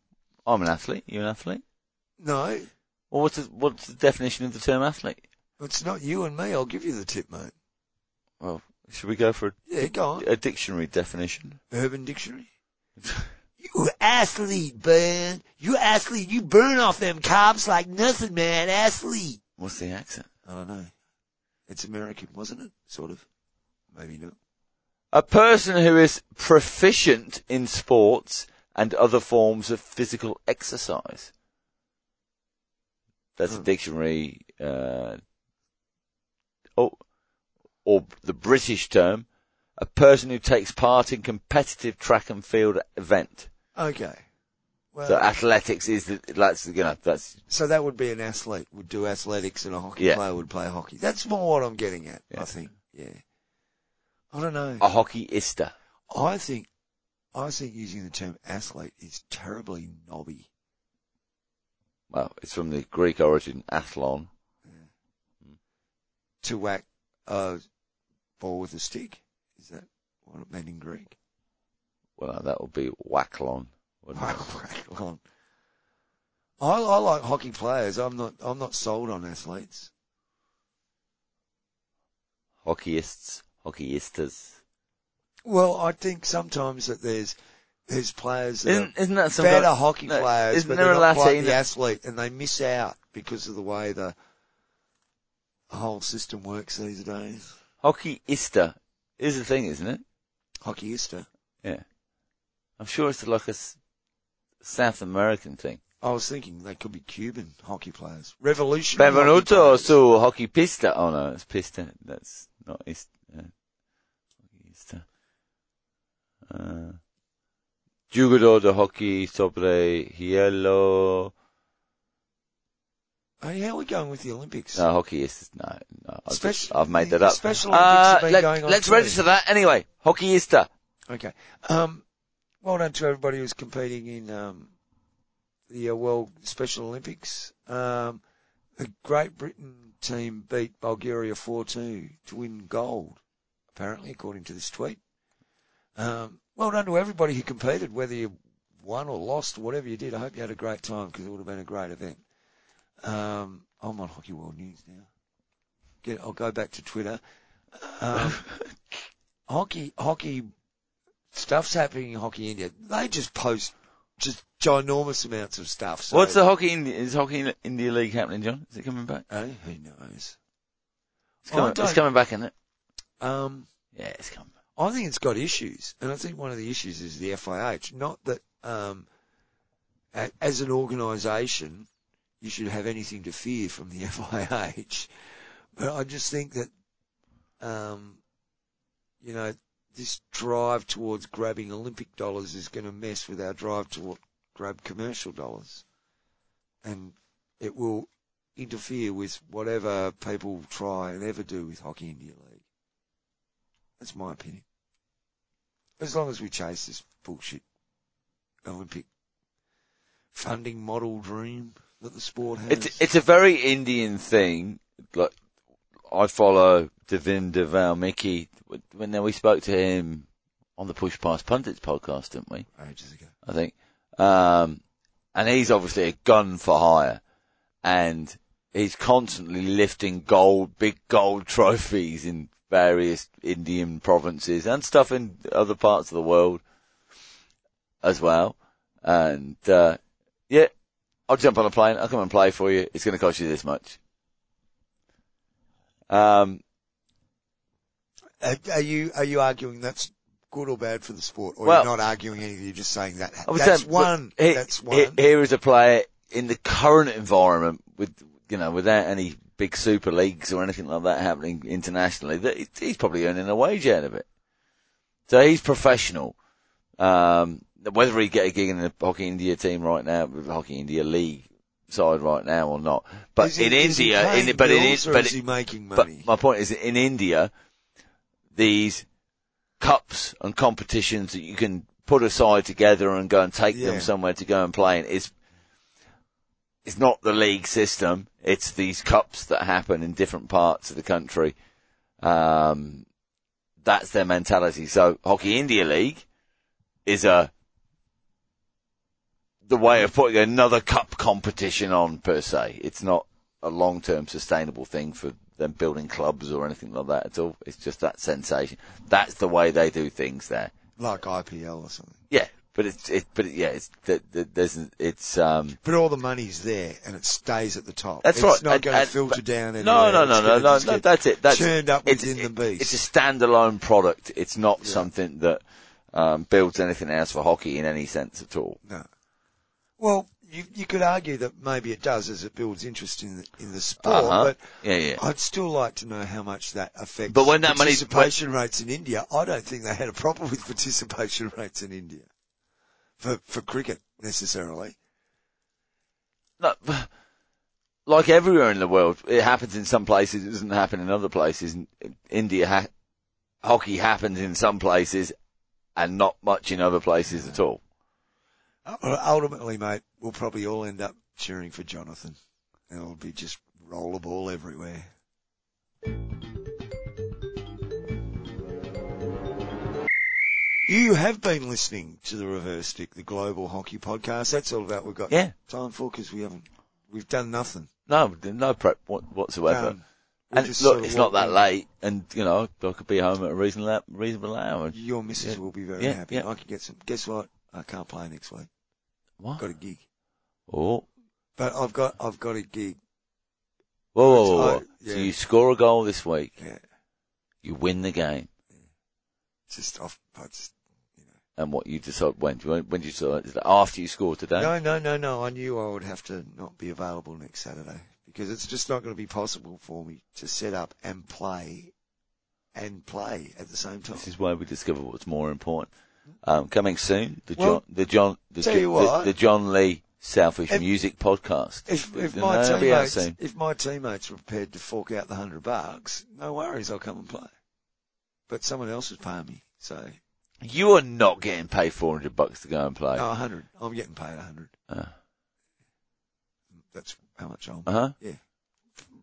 [SPEAKER 2] I'm an athlete. You an athlete?
[SPEAKER 1] No,
[SPEAKER 2] Well, what's the, what's the definition of the term athlete?
[SPEAKER 1] it's not you and me. I'll give you the tip, mate.
[SPEAKER 2] Well, should we go for
[SPEAKER 1] Yeah, go on.
[SPEAKER 2] a, a dictionary definition?
[SPEAKER 1] Urban Dictionary. You athlete, man. You athlete. You burn off them carbs like nothing, man. Athlete.
[SPEAKER 2] What's the accent?
[SPEAKER 1] I don't know. It's American, wasn't it? Sort of. Maybe not.
[SPEAKER 2] A person who is proficient in sports and other forms of physical exercise. That's a
[SPEAKER 1] Hmm.
[SPEAKER 2] dictionary, uh, oh, or the British term, a person who takes part in competitive track and field event.
[SPEAKER 1] Okay. Well,
[SPEAKER 2] So
[SPEAKER 1] so,
[SPEAKER 2] athletics is the, that's, you know, that's,
[SPEAKER 1] that would be an athlete would do athletics and a hockey
[SPEAKER 2] Yeah.
[SPEAKER 1] player would play hockey. That's more what I'm getting at,
[SPEAKER 2] Yeah.
[SPEAKER 1] I think. Yeah. I don't know.
[SPEAKER 2] a hockeyista.
[SPEAKER 1] I think, I think using the term athlete is terribly knobby.
[SPEAKER 2] Well, it's from the Greek origin, athlon.
[SPEAKER 1] To whack a ball with a stick. Is that what it meant in Greek?
[SPEAKER 2] Well, that would be whacklon. wouldn't it?
[SPEAKER 1] Whack on. I, I like hockey players. I'm not, I'm not sold on athletes.
[SPEAKER 2] Hockeyists, hockeyistas.
[SPEAKER 1] Well, I think sometimes that there's there's players that
[SPEAKER 2] Isn't, isn't that
[SPEAKER 1] are
[SPEAKER 2] some
[SPEAKER 1] better hockey
[SPEAKER 2] no,
[SPEAKER 1] players,
[SPEAKER 2] Isn't
[SPEAKER 1] but
[SPEAKER 2] there
[SPEAKER 1] they're
[SPEAKER 2] a
[SPEAKER 1] not quite
[SPEAKER 2] Latin?
[SPEAKER 1] the athlete, and they miss out because of the way the the whole system works these days.
[SPEAKER 2] Hockeyista is the thing, isn't it?
[SPEAKER 1] Hockeyista.
[SPEAKER 2] Yeah. I'm sure it's like a s- South American thing.
[SPEAKER 1] I was thinking they could be Cuban hockey players. Revolution.
[SPEAKER 2] Benvenuto su hockey pista. Oh no, it's pista. That's not ist. Uh, ista. Uh, Jugador de hockey sobre hielo.
[SPEAKER 1] Hey, how are we Oh, going with the Olympics?
[SPEAKER 2] No, hockey is no. no I've, just,
[SPEAKER 1] Special-
[SPEAKER 2] I've made
[SPEAKER 1] the-
[SPEAKER 2] that up.
[SPEAKER 1] the Special Olympics
[SPEAKER 2] uh,
[SPEAKER 1] have been
[SPEAKER 2] let,
[SPEAKER 1] going on
[SPEAKER 2] let's
[SPEAKER 1] too.
[SPEAKER 2] register that anyway. Hockeyista.
[SPEAKER 1] Okay. Um, well done to everybody who's competing in um, the uh, World Special Olympics. Um, the Great Britain team beat Bulgaria 4-2 to win gold, apparently, according to this tweet. Um, well done to everybody who competed, whether you won or lost, whatever you did. I hope you had a great time because it would have been a great event. Um, I'm on Hockey World News now. Get, I'll go back to Twitter. Um, hockey, hockey stuff's happening in Hockey India. They just post just ginormous amounts of stuff. So,
[SPEAKER 2] What's the hockey? Indi- is hockey in- India League happening, John? Is it coming back?
[SPEAKER 1] Eh, who knows?
[SPEAKER 2] It's
[SPEAKER 1] I
[SPEAKER 2] coming, it's
[SPEAKER 1] don't-
[SPEAKER 2] coming back, isn't it?
[SPEAKER 1] Um,
[SPEAKER 2] Yeah, it's coming. back.
[SPEAKER 1] I think it's got issues, and I think one of the issues is the FIH. Not that um, a- as an organisation you should have anything to fear from the FIH, but I just think that um, you know this drive towards grabbing Olympic dollars is going to mess with our drive to grab commercial dollars, and it will interfere with whatever people try and ever do with Hockey India League. That's my opinion. As long as we chase this bullshit Olympic funding model dream that the sport has.
[SPEAKER 2] It's it's a very Indian thing. Like I follow Devinder Valmiki. When then we spoke to him on the Push Past Pundits podcast, didn't we?
[SPEAKER 1] ages ago.
[SPEAKER 2] I think. Um, and he's obviously a gun for hire and he's constantly lifting gold, big gold trophies in various Indian provinces and stuff in other parts of the world as well. And, uh, yeah, I'll jump on a plane. I'll come and play for you. It's going to cost you this much. Um,
[SPEAKER 1] Are, are you are you arguing that's good or bad for the sport, or
[SPEAKER 2] Well-
[SPEAKER 1] you're not arguing anything? You're just saying that
[SPEAKER 2] I was
[SPEAKER 1] that's
[SPEAKER 2] saying, but
[SPEAKER 1] one.
[SPEAKER 2] he-
[SPEAKER 1] that's
[SPEAKER 2] he-
[SPEAKER 1] one.
[SPEAKER 2] here is a player in the current environment with, you know, without any big super leagues or anything like that happening internationally, that he- he's probably earning a wage out of it. So he's professional. Um, whether he get a gig in the Hockey India team right now, the Hockey India League side right now or not, but
[SPEAKER 1] Is he-
[SPEAKER 2] in
[SPEAKER 1] is he
[SPEAKER 2] India,
[SPEAKER 1] paying
[SPEAKER 2] in, but in,
[SPEAKER 1] bills or
[SPEAKER 2] but
[SPEAKER 1] is he making
[SPEAKER 2] but
[SPEAKER 1] money?
[SPEAKER 2] my point is, in India, these cups and competitions that you can put aside together and go and take
[SPEAKER 1] Yeah.
[SPEAKER 2] them somewhere to go and play in is it's not the league system. It's these cups that happen in different parts of the country. Um, that's their mentality. So Hockey India League is a the way of putting another cup competition on per se. It's not a long term sustainable thing for them building clubs or anything like that at all. It's just that sensation. That's the way they do things there.
[SPEAKER 1] like IPL or something.
[SPEAKER 2] Yeah, but it's it, but it, yeah, it's th th there's it's um
[SPEAKER 1] But all the money's there and it stays at the top.
[SPEAKER 2] That's
[SPEAKER 1] it's
[SPEAKER 2] right.
[SPEAKER 1] not
[SPEAKER 2] And-
[SPEAKER 1] going to
[SPEAKER 2] and-
[SPEAKER 1] filter
[SPEAKER 2] but-
[SPEAKER 1] down.
[SPEAKER 2] no
[SPEAKER 1] Anywhere.
[SPEAKER 2] no no
[SPEAKER 1] It's
[SPEAKER 2] no
[SPEAKER 1] gonna
[SPEAKER 2] no,
[SPEAKER 1] just
[SPEAKER 2] no
[SPEAKER 1] get
[SPEAKER 2] that's it that's
[SPEAKER 1] churned up
[SPEAKER 2] it's-
[SPEAKER 1] within the
[SPEAKER 2] it-
[SPEAKER 1] beast.
[SPEAKER 2] It's a standalone product. It's not something that um builds anything else for hockey in any sense at all.
[SPEAKER 1] No. Well, you you could argue that maybe it does as it builds interest in the, in the sport,
[SPEAKER 2] Uh-huh.
[SPEAKER 1] but
[SPEAKER 2] Yeah yeah.
[SPEAKER 1] I'd still like to know how much that affects
[SPEAKER 2] But when that money-
[SPEAKER 1] participation rates in India. I don't think they had a problem with participation rates in India for for cricket necessarily.
[SPEAKER 2] No, like everywhere in the world, it happens in some places. It doesn't happen in other places. In- India ha- hockey happens in some places, and not much in other places at all. Oh.
[SPEAKER 1] Uh, Ultimately, mate, we'll probably all end up cheering for Jonathan, and it'll be just rollerball everywhere. You have been listening to the Reverse Stick, the global hockey podcast. That's all about we've got
[SPEAKER 2] Yeah.
[SPEAKER 1] time for because we haven't, we've done nothing.
[SPEAKER 2] No, no prep what- whatsoever.
[SPEAKER 1] Um, we
[SPEAKER 2] and
[SPEAKER 1] just sort
[SPEAKER 2] look,
[SPEAKER 1] of
[SPEAKER 2] it's
[SPEAKER 1] walked
[SPEAKER 2] not that
[SPEAKER 1] in.
[SPEAKER 2] late, and you know I could be home at a reasonable reasonable hour.
[SPEAKER 1] Your missus will be very
[SPEAKER 2] Yeah,
[SPEAKER 1] happy.
[SPEAKER 2] yeah.
[SPEAKER 1] I can get some. Guess what? I can't play next week.
[SPEAKER 2] What?
[SPEAKER 1] Got a gig,
[SPEAKER 2] Oh,
[SPEAKER 1] but I've got I've got a gig
[SPEAKER 2] Whoa, whoa, whoa. whoa.
[SPEAKER 1] Oh, yeah.
[SPEAKER 2] So you score a goal this week,
[SPEAKER 1] Yeah,
[SPEAKER 2] you win the game,
[SPEAKER 1] just off. I just, you know.
[SPEAKER 2] and what you decide when? Do you- When do you decide? Is it after you score today?
[SPEAKER 1] No, no, no, no. I knew I would have to not be available next Saturday because it's just not going to be possible for me to set up and play and play at the same time.
[SPEAKER 2] This is where we discover what's more important. Um, coming soon, the
[SPEAKER 1] Well,
[SPEAKER 2] John, the John, the,
[SPEAKER 1] tell
[SPEAKER 2] Jo-
[SPEAKER 1] you
[SPEAKER 2] the-
[SPEAKER 1] what.
[SPEAKER 2] the John Lee Selfish
[SPEAKER 1] If-
[SPEAKER 2] Music Podcast.
[SPEAKER 1] If, if
[SPEAKER 2] They'll
[SPEAKER 1] my
[SPEAKER 2] be out
[SPEAKER 1] teammates,
[SPEAKER 2] soon.
[SPEAKER 1] if my teammates were prepared to fork out the hundred bucks, no worries, I'll come and play. But someone else is paying me, so
[SPEAKER 2] you are not getting paid four hundred bucks to go and play.
[SPEAKER 1] no, a hundred. I'm getting paid a hundred.
[SPEAKER 2] Uh
[SPEAKER 1] That's how much I'm.
[SPEAKER 2] huh.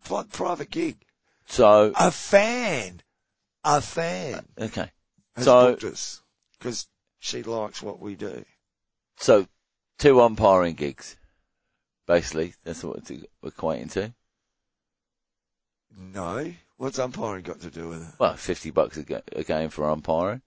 [SPEAKER 1] Pri- private gig.
[SPEAKER 2] So
[SPEAKER 1] A fan, a fan
[SPEAKER 2] okay.
[SPEAKER 1] has
[SPEAKER 2] So-
[SPEAKER 1] booked us because she likes what we do.
[SPEAKER 2] So, two umpiring gigs. Basically, that's what it's equating to.
[SPEAKER 1] No, what's umpiring got to do with it?
[SPEAKER 2] Well, 50 bucks a, ga- a game for umpiring.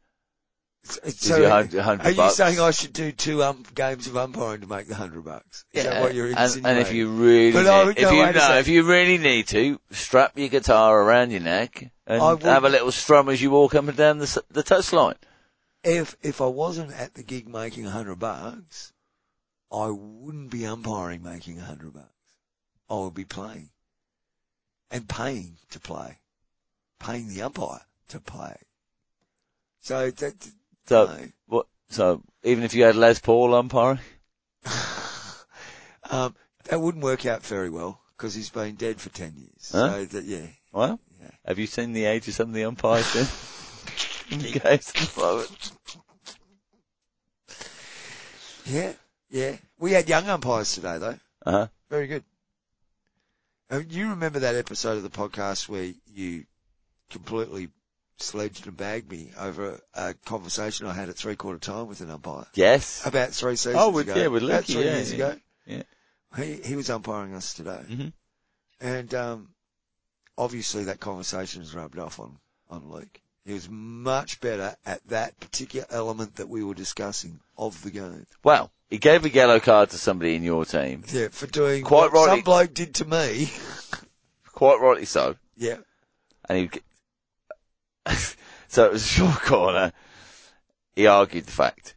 [SPEAKER 1] It's- it's-
[SPEAKER 2] Gives you a hun- a hundred
[SPEAKER 1] are you
[SPEAKER 2] bucks.
[SPEAKER 1] saying I should do two um, games of umpiring to make the hundred bucks? Is that what you're
[SPEAKER 2] and,
[SPEAKER 1] insinuating?
[SPEAKER 2] and if you really,
[SPEAKER 1] But
[SPEAKER 2] need,
[SPEAKER 1] I would
[SPEAKER 2] if,
[SPEAKER 1] go
[SPEAKER 2] you,
[SPEAKER 1] out and
[SPEAKER 2] no,
[SPEAKER 1] say-
[SPEAKER 2] if you really need to, strap your guitar around your neck and
[SPEAKER 1] I would-
[SPEAKER 2] have a little strum as you walk up and down the, s- the touchline.
[SPEAKER 1] if if I wasn't at the gig making a hundred bucks, I wouldn't be umpiring making a hundred bucks. I would be playing and paying to play, paying the umpire to play. So that
[SPEAKER 2] So,
[SPEAKER 1] No.
[SPEAKER 2] what, so even if you had Les Paul umpiring,
[SPEAKER 1] um, that wouldn't work out very well because he's been dead for ten years. So
[SPEAKER 2] Huh?
[SPEAKER 1] that, yeah,
[SPEAKER 2] well,
[SPEAKER 1] Yeah.
[SPEAKER 2] have you seen the age of some of the umpires then? In games? Well,
[SPEAKER 1] yeah, yeah. We had young umpires today though.
[SPEAKER 2] uh-huh.
[SPEAKER 1] Very good. Uh, you remember that episode of the podcast where you completely sledged and bagged me over a conversation I had at three quarter time with an umpire
[SPEAKER 2] Yes.
[SPEAKER 1] about three seasons
[SPEAKER 2] Oh, with-
[SPEAKER 1] ago.
[SPEAKER 2] yeah, with
[SPEAKER 1] about
[SPEAKER 2] Lukey,
[SPEAKER 1] three
[SPEAKER 2] yeah,
[SPEAKER 1] years
[SPEAKER 2] yeah,
[SPEAKER 1] ago.
[SPEAKER 2] yeah.
[SPEAKER 1] He, he was umpiring us today.
[SPEAKER 2] hmm
[SPEAKER 1] And, um, obviously that conversation has rubbed off on, on Luke. He was much better at that particular element that we were discussing of the game.
[SPEAKER 2] Well, he gave a yellow card to somebody in your team.
[SPEAKER 1] Yeah, for doing
[SPEAKER 2] Quite
[SPEAKER 1] what
[SPEAKER 2] right,
[SPEAKER 1] some
[SPEAKER 2] he-
[SPEAKER 1] bloke did to me.
[SPEAKER 2] Quite rightly so.
[SPEAKER 1] yeah.
[SPEAKER 2] and he so it was a short corner. He argued the fact.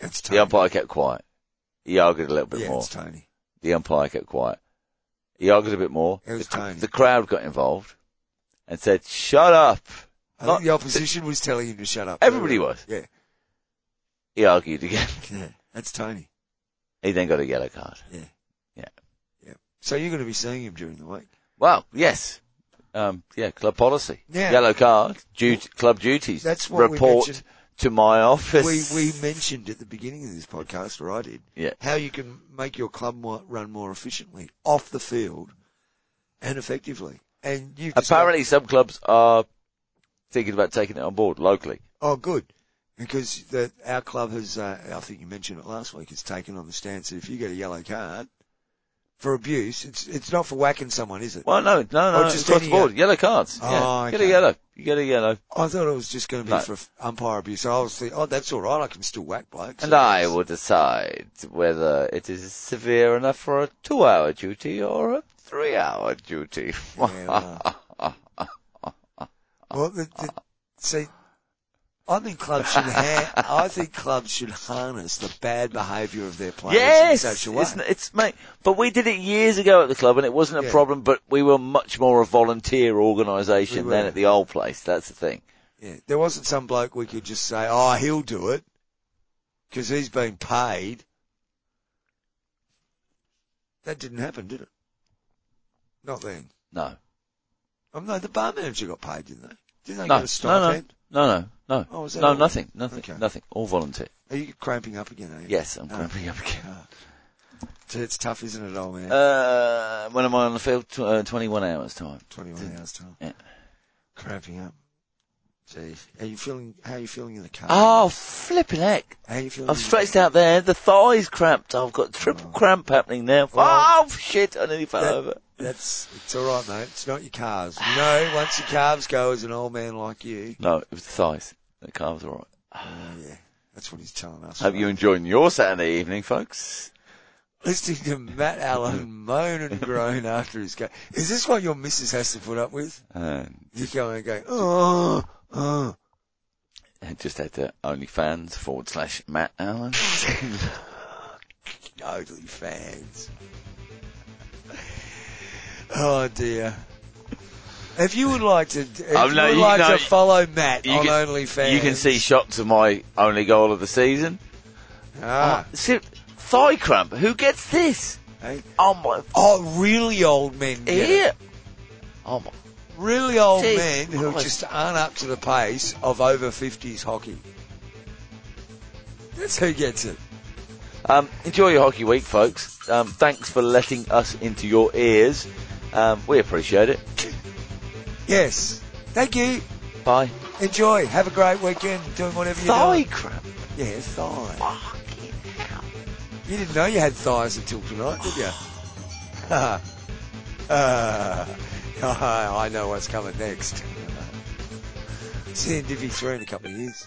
[SPEAKER 1] It's
[SPEAKER 2] The
[SPEAKER 1] Tony.
[SPEAKER 2] umpire kept quiet. He argued a little bit
[SPEAKER 1] yeah,
[SPEAKER 2] more.
[SPEAKER 1] it's Tony.
[SPEAKER 2] The umpire kept quiet. He argued a bit more.
[SPEAKER 1] It was
[SPEAKER 2] the, cr-
[SPEAKER 1] Tony.
[SPEAKER 2] the crowd got involved and said, "Shut up."
[SPEAKER 1] I think
[SPEAKER 2] Not-
[SPEAKER 1] the opposition was telling him to shut up.
[SPEAKER 2] Everybody was.
[SPEAKER 1] Yeah,
[SPEAKER 2] He argued again.
[SPEAKER 1] yeah. That's Tony.
[SPEAKER 2] He then got a yellow card.
[SPEAKER 1] Yeah.
[SPEAKER 2] Yeah.
[SPEAKER 1] Yeah. So you're going to be seeing him during the week.
[SPEAKER 2] Well, yes. Um, yeah, club policy.
[SPEAKER 1] Yeah.
[SPEAKER 2] Yellow card, duty, club duties.
[SPEAKER 1] That's what we
[SPEAKER 2] Report
[SPEAKER 1] mentioned.
[SPEAKER 2] to my
[SPEAKER 1] We,
[SPEAKER 2] office.
[SPEAKER 1] we mentioned at the beginning of this podcast, or I did,
[SPEAKER 2] Yeah.
[SPEAKER 1] how you can make your club mo- run more efficiently off the field and effectively. And you just
[SPEAKER 2] Apparently some clubs are thinking about taking it on board locally.
[SPEAKER 1] Oh, good. Because the, our club has, uh, I think you mentioned it last week, has taken on the stance that if you get a yellow card for abuse, it's it's not for whacking someone, is it?
[SPEAKER 2] Well, no, no, no.
[SPEAKER 1] Or
[SPEAKER 2] Just
[SPEAKER 1] just
[SPEAKER 2] across
[SPEAKER 1] any
[SPEAKER 2] the board. Yellow cards.
[SPEAKER 1] Oh,
[SPEAKER 2] yeah. Get a
[SPEAKER 1] okay.
[SPEAKER 2] yellow. You get a yellow.
[SPEAKER 1] I thought it was just going to be
[SPEAKER 2] No.
[SPEAKER 1] for umpire abuse. I was thinking, oh, that's all right. I can still whack blokes.
[SPEAKER 2] And I will decide whether it is severe enough for a two-hour duty or a three-hour duty.
[SPEAKER 1] Yeah, Well, the, the, see, I think clubs should. Ha- I think clubs should harness the bad behaviour of their players
[SPEAKER 2] yes,
[SPEAKER 1] in such a way.
[SPEAKER 2] It's, it's mate. But we did it years ago at the club, and it wasn't a
[SPEAKER 1] Yeah.
[SPEAKER 2] problem. But we were much more a volunteer organisation
[SPEAKER 1] We
[SPEAKER 2] than
[SPEAKER 1] were.
[SPEAKER 2] at the old place. That's the thing.
[SPEAKER 1] Yeah, there wasn't some bloke we could just say, "Oh, he'll do it," because he's been paid. That didn't happen, did it? Not then.
[SPEAKER 2] No,
[SPEAKER 1] Oh, no, the bar manager got paid, didn't they? Didn't they get a
[SPEAKER 2] no, no, no,
[SPEAKER 1] stipend?
[SPEAKER 2] no, no,
[SPEAKER 1] Oh,
[SPEAKER 2] no,
[SPEAKER 1] was that
[SPEAKER 2] no,
[SPEAKER 1] all?
[SPEAKER 2] nothing, nothing,
[SPEAKER 1] Okay.
[SPEAKER 2] nothing. All volunteer.
[SPEAKER 1] Are you cramping up again? Are you?
[SPEAKER 2] Yes, I'm
[SPEAKER 1] Oh.
[SPEAKER 2] cramping up again.
[SPEAKER 1] So It's tough, isn't it, old man?
[SPEAKER 2] Uh, when am I on the field? Tw- uh, 21 hours time.
[SPEAKER 1] 21 hours time.
[SPEAKER 2] Yeah.
[SPEAKER 1] Cramping up. Jeez. Are you feeling, how are you feeling in the car?
[SPEAKER 2] Oh, flipping heck.
[SPEAKER 1] How are you feeling?
[SPEAKER 2] I've
[SPEAKER 1] in the-
[SPEAKER 2] stretched out there. The thighs cramped. I've got triple cramp happening now.
[SPEAKER 1] Well-
[SPEAKER 2] oh, shit. I nearly fell
[SPEAKER 1] That-
[SPEAKER 2] over.
[SPEAKER 1] That's, it's alright, mate. It's not your calves. You know, once your calves go as an old man like you.
[SPEAKER 2] No, it was the thighs. The calves were alright.
[SPEAKER 1] Oh, yeah. That's what he's telling us.
[SPEAKER 2] Hope you're enjoying your Saturday evening, folks.
[SPEAKER 1] listening to Matt Allen moan and groan after his game. Is this what your missus has to put up with?
[SPEAKER 2] Uh,
[SPEAKER 1] You go and go, oh, oh.
[SPEAKER 2] just head to OnlyFans forward slash Matt Allen.
[SPEAKER 1] Ugly fans. Oh dear. If you would like to, if
[SPEAKER 2] Oh,
[SPEAKER 1] you
[SPEAKER 2] no,
[SPEAKER 1] would
[SPEAKER 2] you-
[SPEAKER 1] like
[SPEAKER 2] no,
[SPEAKER 1] to follow Matt
[SPEAKER 2] you
[SPEAKER 1] on
[SPEAKER 2] can-
[SPEAKER 1] OnlyFans,
[SPEAKER 2] You can see shots of my only goal of the season.
[SPEAKER 1] Ah,
[SPEAKER 2] Ser- Thigh cramp. Who gets this?
[SPEAKER 1] hey.
[SPEAKER 2] Oh my.
[SPEAKER 1] oh, really old men. Get it.
[SPEAKER 2] Here. Oh my.
[SPEAKER 1] Really old
[SPEAKER 2] Gee,
[SPEAKER 1] men who
[SPEAKER 2] Christ.
[SPEAKER 1] just aren't up to the pace of over 50s hockey. That's who gets it.
[SPEAKER 2] Um, enjoy your hockey week, folks. Um, thanks for letting us into your ears. Um, we appreciate it.
[SPEAKER 1] Yes. Thank you.
[SPEAKER 2] Bye.
[SPEAKER 1] Enjoy. Have a great weekend doing whatever you're
[SPEAKER 2] Thigh
[SPEAKER 1] doing.
[SPEAKER 2] cramp.
[SPEAKER 1] Yeah, thigh.
[SPEAKER 2] Fucking hell.
[SPEAKER 1] You didn't know you had thighs until tonight, did you? Uh, Ah. Ah. I know what's coming next. See you in Divi 3 in a couple of years.